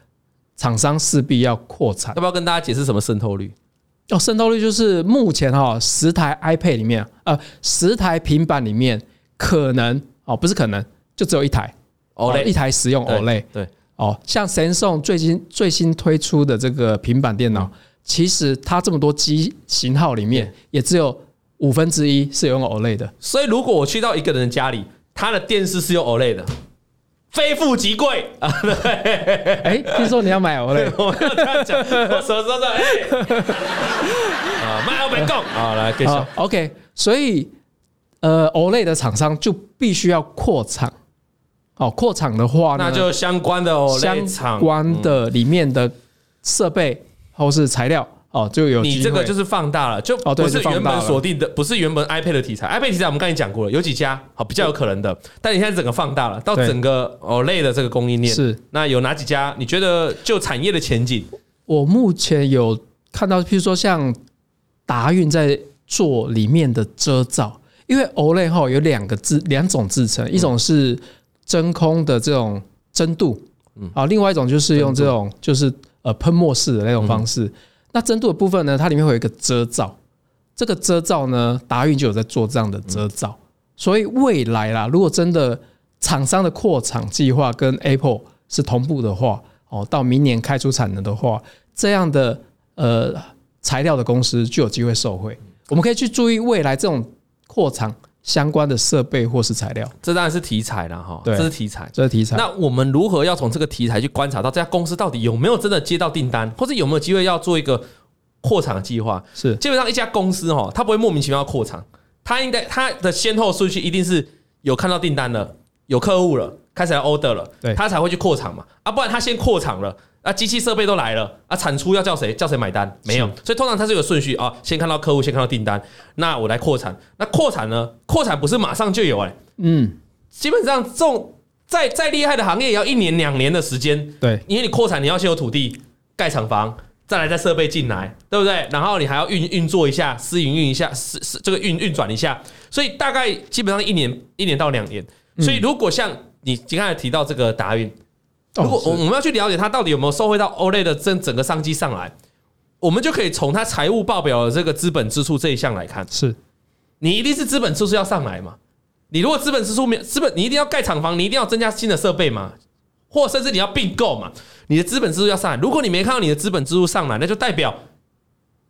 [SPEAKER 1] 厂商势必要扩产
[SPEAKER 2] 要。不要跟大家解释什么渗透率？
[SPEAKER 1] 哦，渗透率就是目前哈、十台 iPad 里面，呃，十台平板里面可能哦，不是可能，就只有一台
[SPEAKER 2] 哦
[SPEAKER 1] 哦一台使用 OLED
[SPEAKER 2] 对，
[SPEAKER 1] 哦，像 Samsung 最新最新推出的这个平板电脑，其实它这么多机型号里面，也只有五分之一是有用 OLED 的。
[SPEAKER 2] 所以如果我去到一个人家里，他的电视是用 OLED 的，非富即贵啊！
[SPEAKER 1] 哎，听说你要买 OLED，
[SPEAKER 2] 我没有这样讲， 我什么时候说哎？ 啊，卖我没供啊！来介绍
[SPEAKER 1] 好，OK，所以呃，OLED 的厂商就必须要扩厂。哦，扩厂的话呢，
[SPEAKER 2] 那就相关的哦，类
[SPEAKER 1] 相
[SPEAKER 2] 厂。
[SPEAKER 1] 关的里面的设备或是材料哦，就有
[SPEAKER 2] 你
[SPEAKER 1] 机
[SPEAKER 2] 这个
[SPEAKER 1] 会
[SPEAKER 2] 就是放大了，就
[SPEAKER 1] 哦对
[SPEAKER 2] 不是
[SPEAKER 1] 是放
[SPEAKER 2] 原
[SPEAKER 1] 大
[SPEAKER 2] 本
[SPEAKER 1] 了
[SPEAKER 2] 锁定的，不是原本 iPad 的题材。iPad 题材我们刚才讲过了，有几家好比较有可能的，但你现在整个放大了，到
[SPEAKER 1] 对
[SPEAKER 2] 整个 OLED 的这个供应链，
[SPEAKER 1] 是
[SPEAKER 2] 那有哪几家？你觉得就产业的前景，
[SPEAKER 1] 我目前有看到，譬如说像达运在做里面的遮罩，因为 OLED 哈有两个制两种制成，一种是真空的这种蒸镀，啊，另外一种就是用这种就是呃喷墨式的那种方式。那蒸镀的部分呢，它里面会有一个遮罩，这个遮罩呢，达运就有在做这样的遮罩。所以未来啦，如果真的厂商的扩厂计划跟 Apple 是同步的话，哦，到明年开出产能的话，这样的呃材料的公司就有机会受惠。我们可以去注意未来这种扩厂相关的设备或是材料，
[SPEAKER 2] 这当然是题材了哈，
[SPEAKER 1] 对
[SPEAKER 2] 这是题材。
[SPEAKER 1] 这是题材。
[SPEAKER 2] 那我们如何要从这个题材去观察到这家公司到底有没有真的接到订单，或者有没有机会要做一个扩厂计划？
[SPEAKER 1] 是
[SPEAKER 2] 基本上一家公司哈，它不会莫名其妙扩厂，它应该它的先后顺序一定是有看到订单了，有客户了，开始来 order 了，
[SPEAKER 1] 对
[SPEAKER 2] 它才会去扩厂嘛。啊，不然它先扩厂了。啊，机器设备都来了，啊，产出要叫谁？叫谁买单？没有，所以通常它是有顺序啊，先看到客户，先看到订单，那我来扩产。那扩产呢？扩产不是马上就有哎、
[SPEAKER 1] 嗯，
[SPEAKER 2] 基本上这种再再厉害的行业，也要一年两年的时间，
[SPEAKER 1] 对，
[SPEAKER 2] 因为你扩产，你要先有土地、盖厂房，再来再设备进来，对不对？然后你还要运运作一下、私营运一下、是是这个运运转一下，所以大概基本上一年一年到两年。所以如果像你你刚才提到这个达运，如果
[SPEAKER 1] 哦
[SPEAKER 2] 我我
[SPEAKER 1] 是
[SPEAKER 2] 们要去了解它到底有没有受惠到 OLED 的整整个商机上来，我们就可以从它财务报表的这个资本支出这一项来看。
[SPEAKER 1] 是
[SPEAKER 2] 你一定是资本支出要上来嘛？你如果资本支出没有资本，你一定要盖厂房，你一定要增加新的设备嘛，或甚至你要并购嘛，你的资本支出要上来。如果你没看到你的资本支出上来，那就代表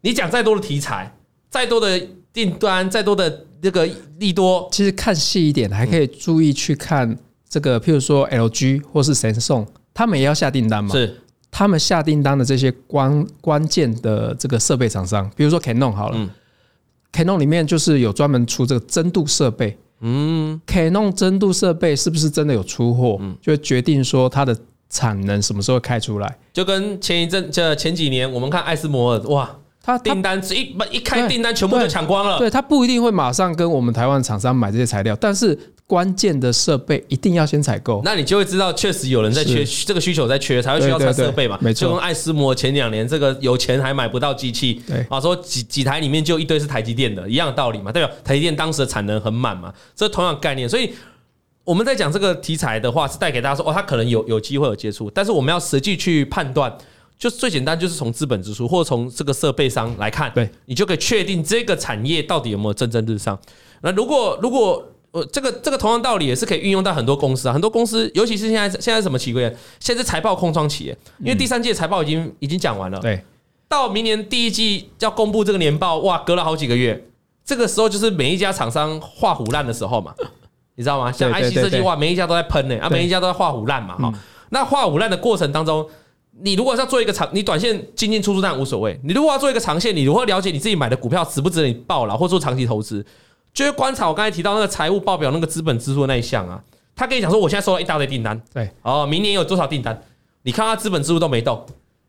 [SPEAKER 2] 你讲再多的题材、再多的订单、再多的那个利多，
[SPEAKER 1] 其实看细一点，还可以注意去看这个，譬如说 LG 或是 Samsung，他们也要下订单嘛。
[SPEAKER 2] 是
[SPEAKER 1] 他们下订单的这些关关键的这个设备厂商，比如说 Canon 好了、
[SPEAKER 2] 嗯
[SPEAKER 1] c a n o n 里面就是有专门出这个增度设备。嗯，Canon 增度设备是不是真的有出货，
[SPEAKER 2] 嗯
[SPEAKER 1] 就会决定说它的产能什么时候开出来。
[SPEAKER 2] 就跟前一阵这前几年我们看艾斯摩尔，哇，
[SPEAKER 1] 它它
[SPEAKER 2] 订单一不一开
[SPEAKER 1] 对
[SPEAKER 2] 订单全部就
[SPEAKER 1] 对
[SPEAKER 2] 抢光了，
[SPEAKER 1] 对它不一定会马上跟我们台湾厂商买这些材料，但是关键的设备一定要先采购。
[SPEAKER 2] 那你就会知道，确实有人在缺这个需求在缺，才会需要
[SPEAKER 1] 对
[SPEAKER 2] 拆
[SPEAKER 1] 对
[SPEAKER 2] 设备嘛。
[SPEAKER 1] 对没错
[SPEAKER 2] 就跟爱思摩前两年这个有钱还买不到机器，
[SPEAKER 1] 对
[SPEAKER 2] 啊，说几几台里面就一堆是台积电的，一样的道理嘛。代表台积电当时的产能很满嘛，这同样概念。所以我们在讲这个题材的话，是带给大家说，哦，他可能有有机会有接触，但是我们要实际去判断。就最简单，就是从资本支出或者从这个设备商来看，
[SPEAKER 1] 对
[SPEAKER 2] 你就可以确定这个产业到底有没有蒸蒸日上。那如果如果呃，这个这个同样道理也是可以运用到很多公司啊，很多公司，尤其是现在现在是什么企业，现在是财报空窗期耶，因为第三届财报已经已经讲完了，
[SPEAKER 1] 对，
[SPEAKER 2] 到明年第一季要公布这个年报，哇，隔了好几个月，这个时候就是每一家厂商画虎烂的时候嘛， 你知道吗？像
[SPEAKER 1] 对对
[SPEAKER 2] IC
[SPEAKER 1] 对
[SPEAKER 2] 设计
[SPEAKER 1] 对
[SPEAKER 2] 哇，每一家都在喷呢，啊，
[SPEAKER 1] 对嗯
[SPEAKER 2] 每一家都在画虎烂嘛，哈。那画虎烂的过程当中，你如果要做一个长，你短线进进出出当然无所谓，你如果要做一个长线，你如何了解你自己买的股票值不值得你爆了，或做长期投资，就会观察我刚才提到那个财务报表那个资本支出的那一项啊。他跟你讲说，我现在收到一大堆订单，
[SPEAKER 1] 对，
[SPEAKER 2] 哦，明年有多少订单？你看他资本支出都没动，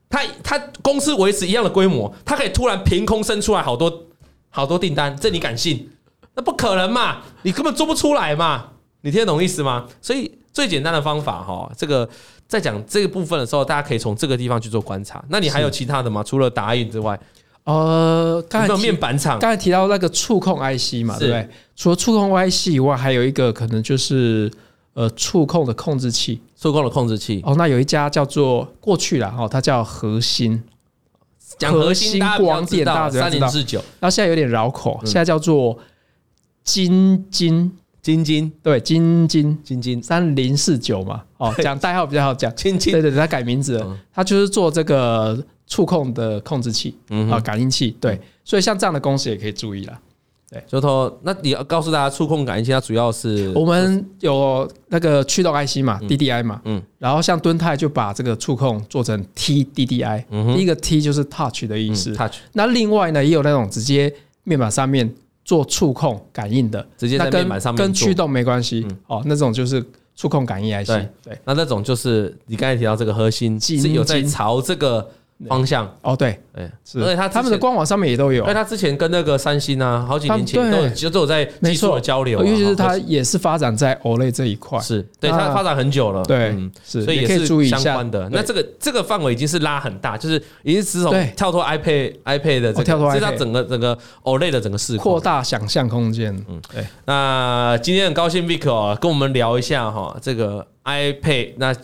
[SPEAKER 2] 他他公司维持一样的规模，他可以突然凭空生出来好多好多订单，这你敢信？那不可能嘛，你根本做不出来嘛，你听得懂意思吗？所以最简单的方法哈，这个在讲这个部分的时候，大家可以从这个地方去做观察。那你还有其他的吗？除了打印之外，
[SPEAKER 1] 呃，
[SPEAKER 2] 有
[SPEAKER 1] 刚
[SPEAKER 2] 没
[SPEAKER 1] 才
[SPEAKER 2] 有
[SPEAKER 1] 提
[SPEAKER 2] 面板厂？
[SPEAKER 1] 刚才提到那个触控 IC 嘛，
[SPEAKER 2] 嗯是
[SPEAKER 1] 对不对？除了触控 IC 以外，还有一个可能就是呃触控的控制器。
[SPEAKER 2] 触控的控制器，
[SPEAKER 1] 哦，那有一家叫做过去啦，哦，它叫核心，
[SPEAKER 2] 讲核心大家比较知道
[SPEAKER 1] 光电大家
[SPEAKER 2] 三
[SPEAKER 1] 知
[SPEAKER 2] 零
[SPEAKER 1] 道
[SPEAKER 2] 四九
[SPEAKER 1] 然后现在有点绕口，
[SPEAKER 2] 嗯
[SPEAKER 1] 现在叫做金金，
[SPEAKER 2] 晶晶
[SPEAKER 1] 对，金金
[SPEAKER 2] 晶晶
[SPEAKER 1] 三零四九嘛， 哦，讲代号比较好讲。
[SPEAKER 2] 晶晶，
[SPEAKER 1] 对对，对它改名字
[SPEAKER 2] 嗯
[SPEAKER 1] 了，它就是做这个触控的控制器
[SPEAKER 2] 嗯
[SPEAKER 1] 啊，感应器。对，所以像这样的公司也可以注意啦。
[SPEAKER 2] 就头，那你要告诉大家，触控感应器它主要是
[SPEAKER 1] 我们有那个驱动 IC 嘛，DDI 嘛，
[SPEAKER 2] 嗯
[SPEAKER 1] 嗯，然后像敦泰就把这个触控做成 TDDI，第
[SPEAKER 2] 嗯
[SPEAKER 1] 一个 T 就是 touch 的意思。
[SPEAKER 2] touch，
[SPEAKER 1] 那另外呢，也有那种直接面板上面做触控感应的，
[SPEAKER 2] 直接在
[SPEAKER 1] 那跟
[SPEAKER 2] 面板上面
[SPEAKER 1] 跟
[SPEAKER 2] 做嗯
[SPEAKER 1] 驱动没关系哦，那种就是触控感应 IC
[SPEAKER 2] 对。
[SPEAKER 1] 对，
[SPEAKER 2] 那那种就是你刚才提到这个核心
[SPEAKER 1] 晶
[SPEAKER 2] 是有在
[SPEAKER 1] 晶
[SPEAKER 2] 朝这个方向，
[SPEAKER 1] 哦，对，
[SPEAKER 2] 哎，
[SPEAKER 1] 是
[SPEAKER 2] 而且他之前
[SPEAKER 1] 他们的官网上面也都有
[SPEAKER 2] 因为，他之前跟那个三星啊，好几
[SPEAKER 1] 他
[SPEAKER 2] 年
[SPEAKER 1] 们
[SPEAKER 2] 前都有
[SPEAKER 1] 对
[SPEAKER 2] 就都有在技
[SPEAKER 1] 没
[SPEAKER 2] 术
[SPEAKER 1] 错
[SPEAKER 2] 的交流啊，
[SPEAKER 1] 哦尤其是
[SPEAKER 2] 哈
[SPEAKER 1] 它也是发展在 OLAY 这一块，
[SPEAKER 2] 是对
[SPEAKER 1] 那
[SPEAKER 2] 它发展很久了，
[SPEAKER 1] 对
[SPEAKER 2] 嗯，
[SPEAKER 1] 是，
[SPEAKER 2] 所以
[SPEAKER 1] 也
[SPEAKER 2] 也
[SPEAKER 1] 可以
[SPEAKER 2] 是
[SPEAKER 1] 注意一
[SPEAKER 2] 相
[SPEAKER 1] 下
[SPEAKER 2] 关的。那
[SPEAKER 1] 对
[SPEAKER 2] 这个这个范围已经是拉很大，就是已经是
[SPEAKER 1] 对
[SPEAKER 2] 从跳脱 iPad iPad 的这个，
[SPEAKER 1] 哦跳脱
[SPEAKER 2] 这是它
[SPEAKER 1] iPad
[SPEAKER 2] 整个整个 OLED 的整个市
[SPEAKER 1] 扩
[SPEAKER 2] 况。
[SPEAKER 1] 大想象空间，嗯，对，
[SPEAKER 2] 那今天很高兴 Vic 哦，跟我们聊一下哈、这个 iPad，那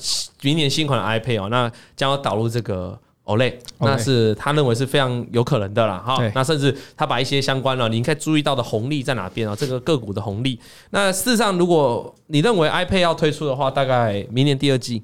[SPEAKER 2] 明年新款的 iPad 哦，那将要导入这个 OLED，那是他认为是非常有可能的啦哈、
[SPEAKER 1] 对
[SPEAKER 2] 那甚至他把一些相关哦了你应该注意到的红利在哪边啊、这个个股的红利。那事实上，如果你认为 iPad 要推出的话，大概明年第二季，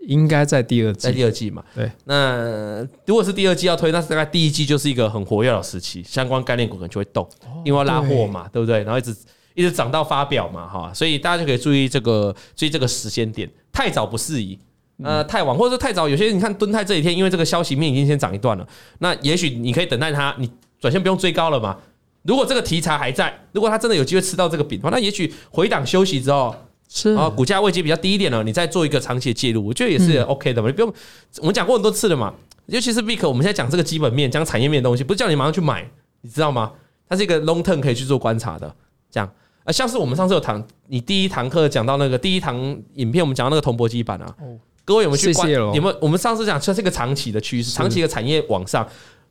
[SPEAKER 1] 应该在第二
[SPEAKER 2] 在
[SPEAKER 1] 季，
[SPEAKER 2] 第二季嘛。
[SPEAKER 1] 对，
[SPEAKER 2] 那如果是第二季要推，那大概第一季就是一个很活跃的时期，相关概念股可能就会动，
[SPEAKER 1] 哦
[SPEAKER 2] 因为要拉货嘛，对不对？然后一直一直涨到发表嘛，哈，所以大家就可以注意这个注意这个时间点，太早不适宜。
[SPEAKER 1] 嗯
[SPEAKER 2] 呃，太晚或者说太早，有些人你看蹲泰这几天，因为这个消息面已经先涨一段了，那也许你可以等待它，你短线不用追高了嘛。如果这个题材还在，如果它真的有机会吃到这个饼的话，那也许回档休息之后，
[SPEAKER 1] 是
[SPEAKER 2] 啊，股价位阶比较低一点哦了，你再做一个长期的介入，我觉得也是 OK 的嘛。你不用，我们讲过很多次了嘛。尤其是 Vick，我们现在讲这个基本面、讲产业面的东西，不是叫你马上去买，你知道吗？它是一个 long term 可以去做观察的。这样啊，像是我们上次有堂，你第一堂课讲到那个第一堂影片，我们讲到那个铜箔基板啊，各位有没有去观？
[SPEAKER 1] CCL
[SPEAKER 2] 有没有？我们上次讲，这是一个长期的趋势，长期的产业往上。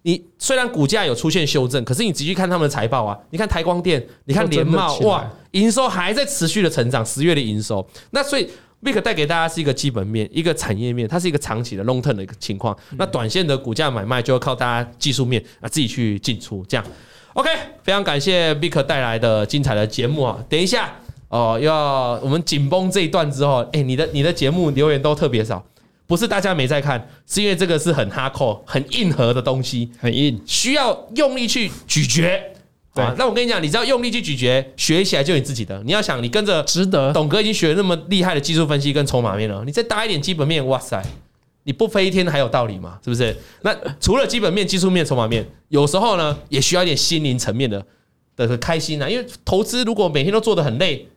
[SPEAKER 2] 你虽然股价有出现修正，可是你仔细看他们的财报啊，你看台光电，你看联茂，
[SPEAKER 1] 哦就真的起来
[SPEAKER 2] 哇，营收还在持续的成长，十月的营收。那所以 Vick 带给大家是一个基本面，一个产业面，它是一个长期的 long term 的一个情况。
[SPEAKER 1] 嗯
[SPEAKER 2] 那短线的股价买卖就要靠大家技术面啊自己去进出，这样。OK，非常感谢 Vick 带来的精彩的节目啊！等一下哦，要我们紧绷这一段之后，哎，你的你的节目留言都特别少，不是大家没在看，是因为这个是很哈扣、很硬核的东西，
[SPEAKER 1] 很硬，
[SPEAKER 2] 需要用力去咀嚼。
[SPEAKER 1] 对
[SPEAKER 2] 啊，那我跟你讲，你只要用力去咀嚼，学起来就你自己的。你要想，你跟着
[SPEAKER 1] 值得，
[SPEAKER 2] 董哥已经学那么厉害的技术分析跟筹码面了，你再搭一点基本面，哇塞，你不飞天还有道理吗？是不是？那除了基本面、技术面、筹码面，有时候呢也需要一点心灵层面的的开心啊，因为投资如果每天都做得很累，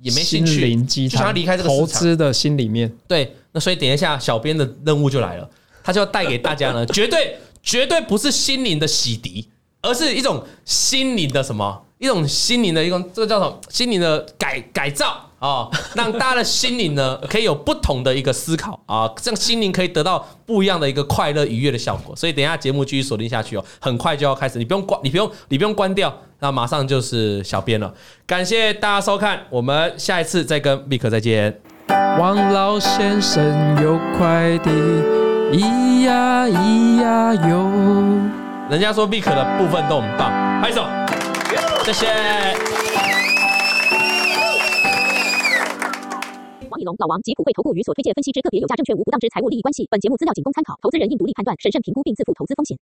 [SPEAKER 2] 也没
[SPEAKER 1] 心
[SPEAKER 2] 兴趣，
[SPEAKER 1] 灵鸡
[SPEAKER 2] 就想要
[SPEAKER 1] 汤，
[SPEAKER 2] 离开这个
[SPEAKER 1] 投
[SPEAKER 2] 市场。
[SPEAKER 1] 资的心里面，
[SPEAKER 2] 对，那所以等一下小编的任务就来了，他就要带给大家呢，绝对绝对不是心灵的洗涤，而是一种心灵的什么，一种心灵的一种，这个叫什么？心灵的改改造啊、哦，让大家的心灵呢可以有不同的一个思考啊，这样心灵可以得到不一样的一个快乐愉悦的效果。所以等一下节目继续锁定下去哦，很快就要开始，你不用关，你不用你不用关掉。那马上就是小编了，感谢大家收看，我们下一次再跟立刻再见。
[SPEAKER 1] 王老先生有快递，咿呀咿呀哟。
[SPEAKER 2] 人家说 Vick 的部分都很棒，拍手，谢谢。
[SPEAKER 3] 王以龙、老王及普惠投顾与所推荐分析之个别有价证券无不当之财务利益关系。本节目资料仅供参考，投资人应独立判断、审慎评估并自负投资风险。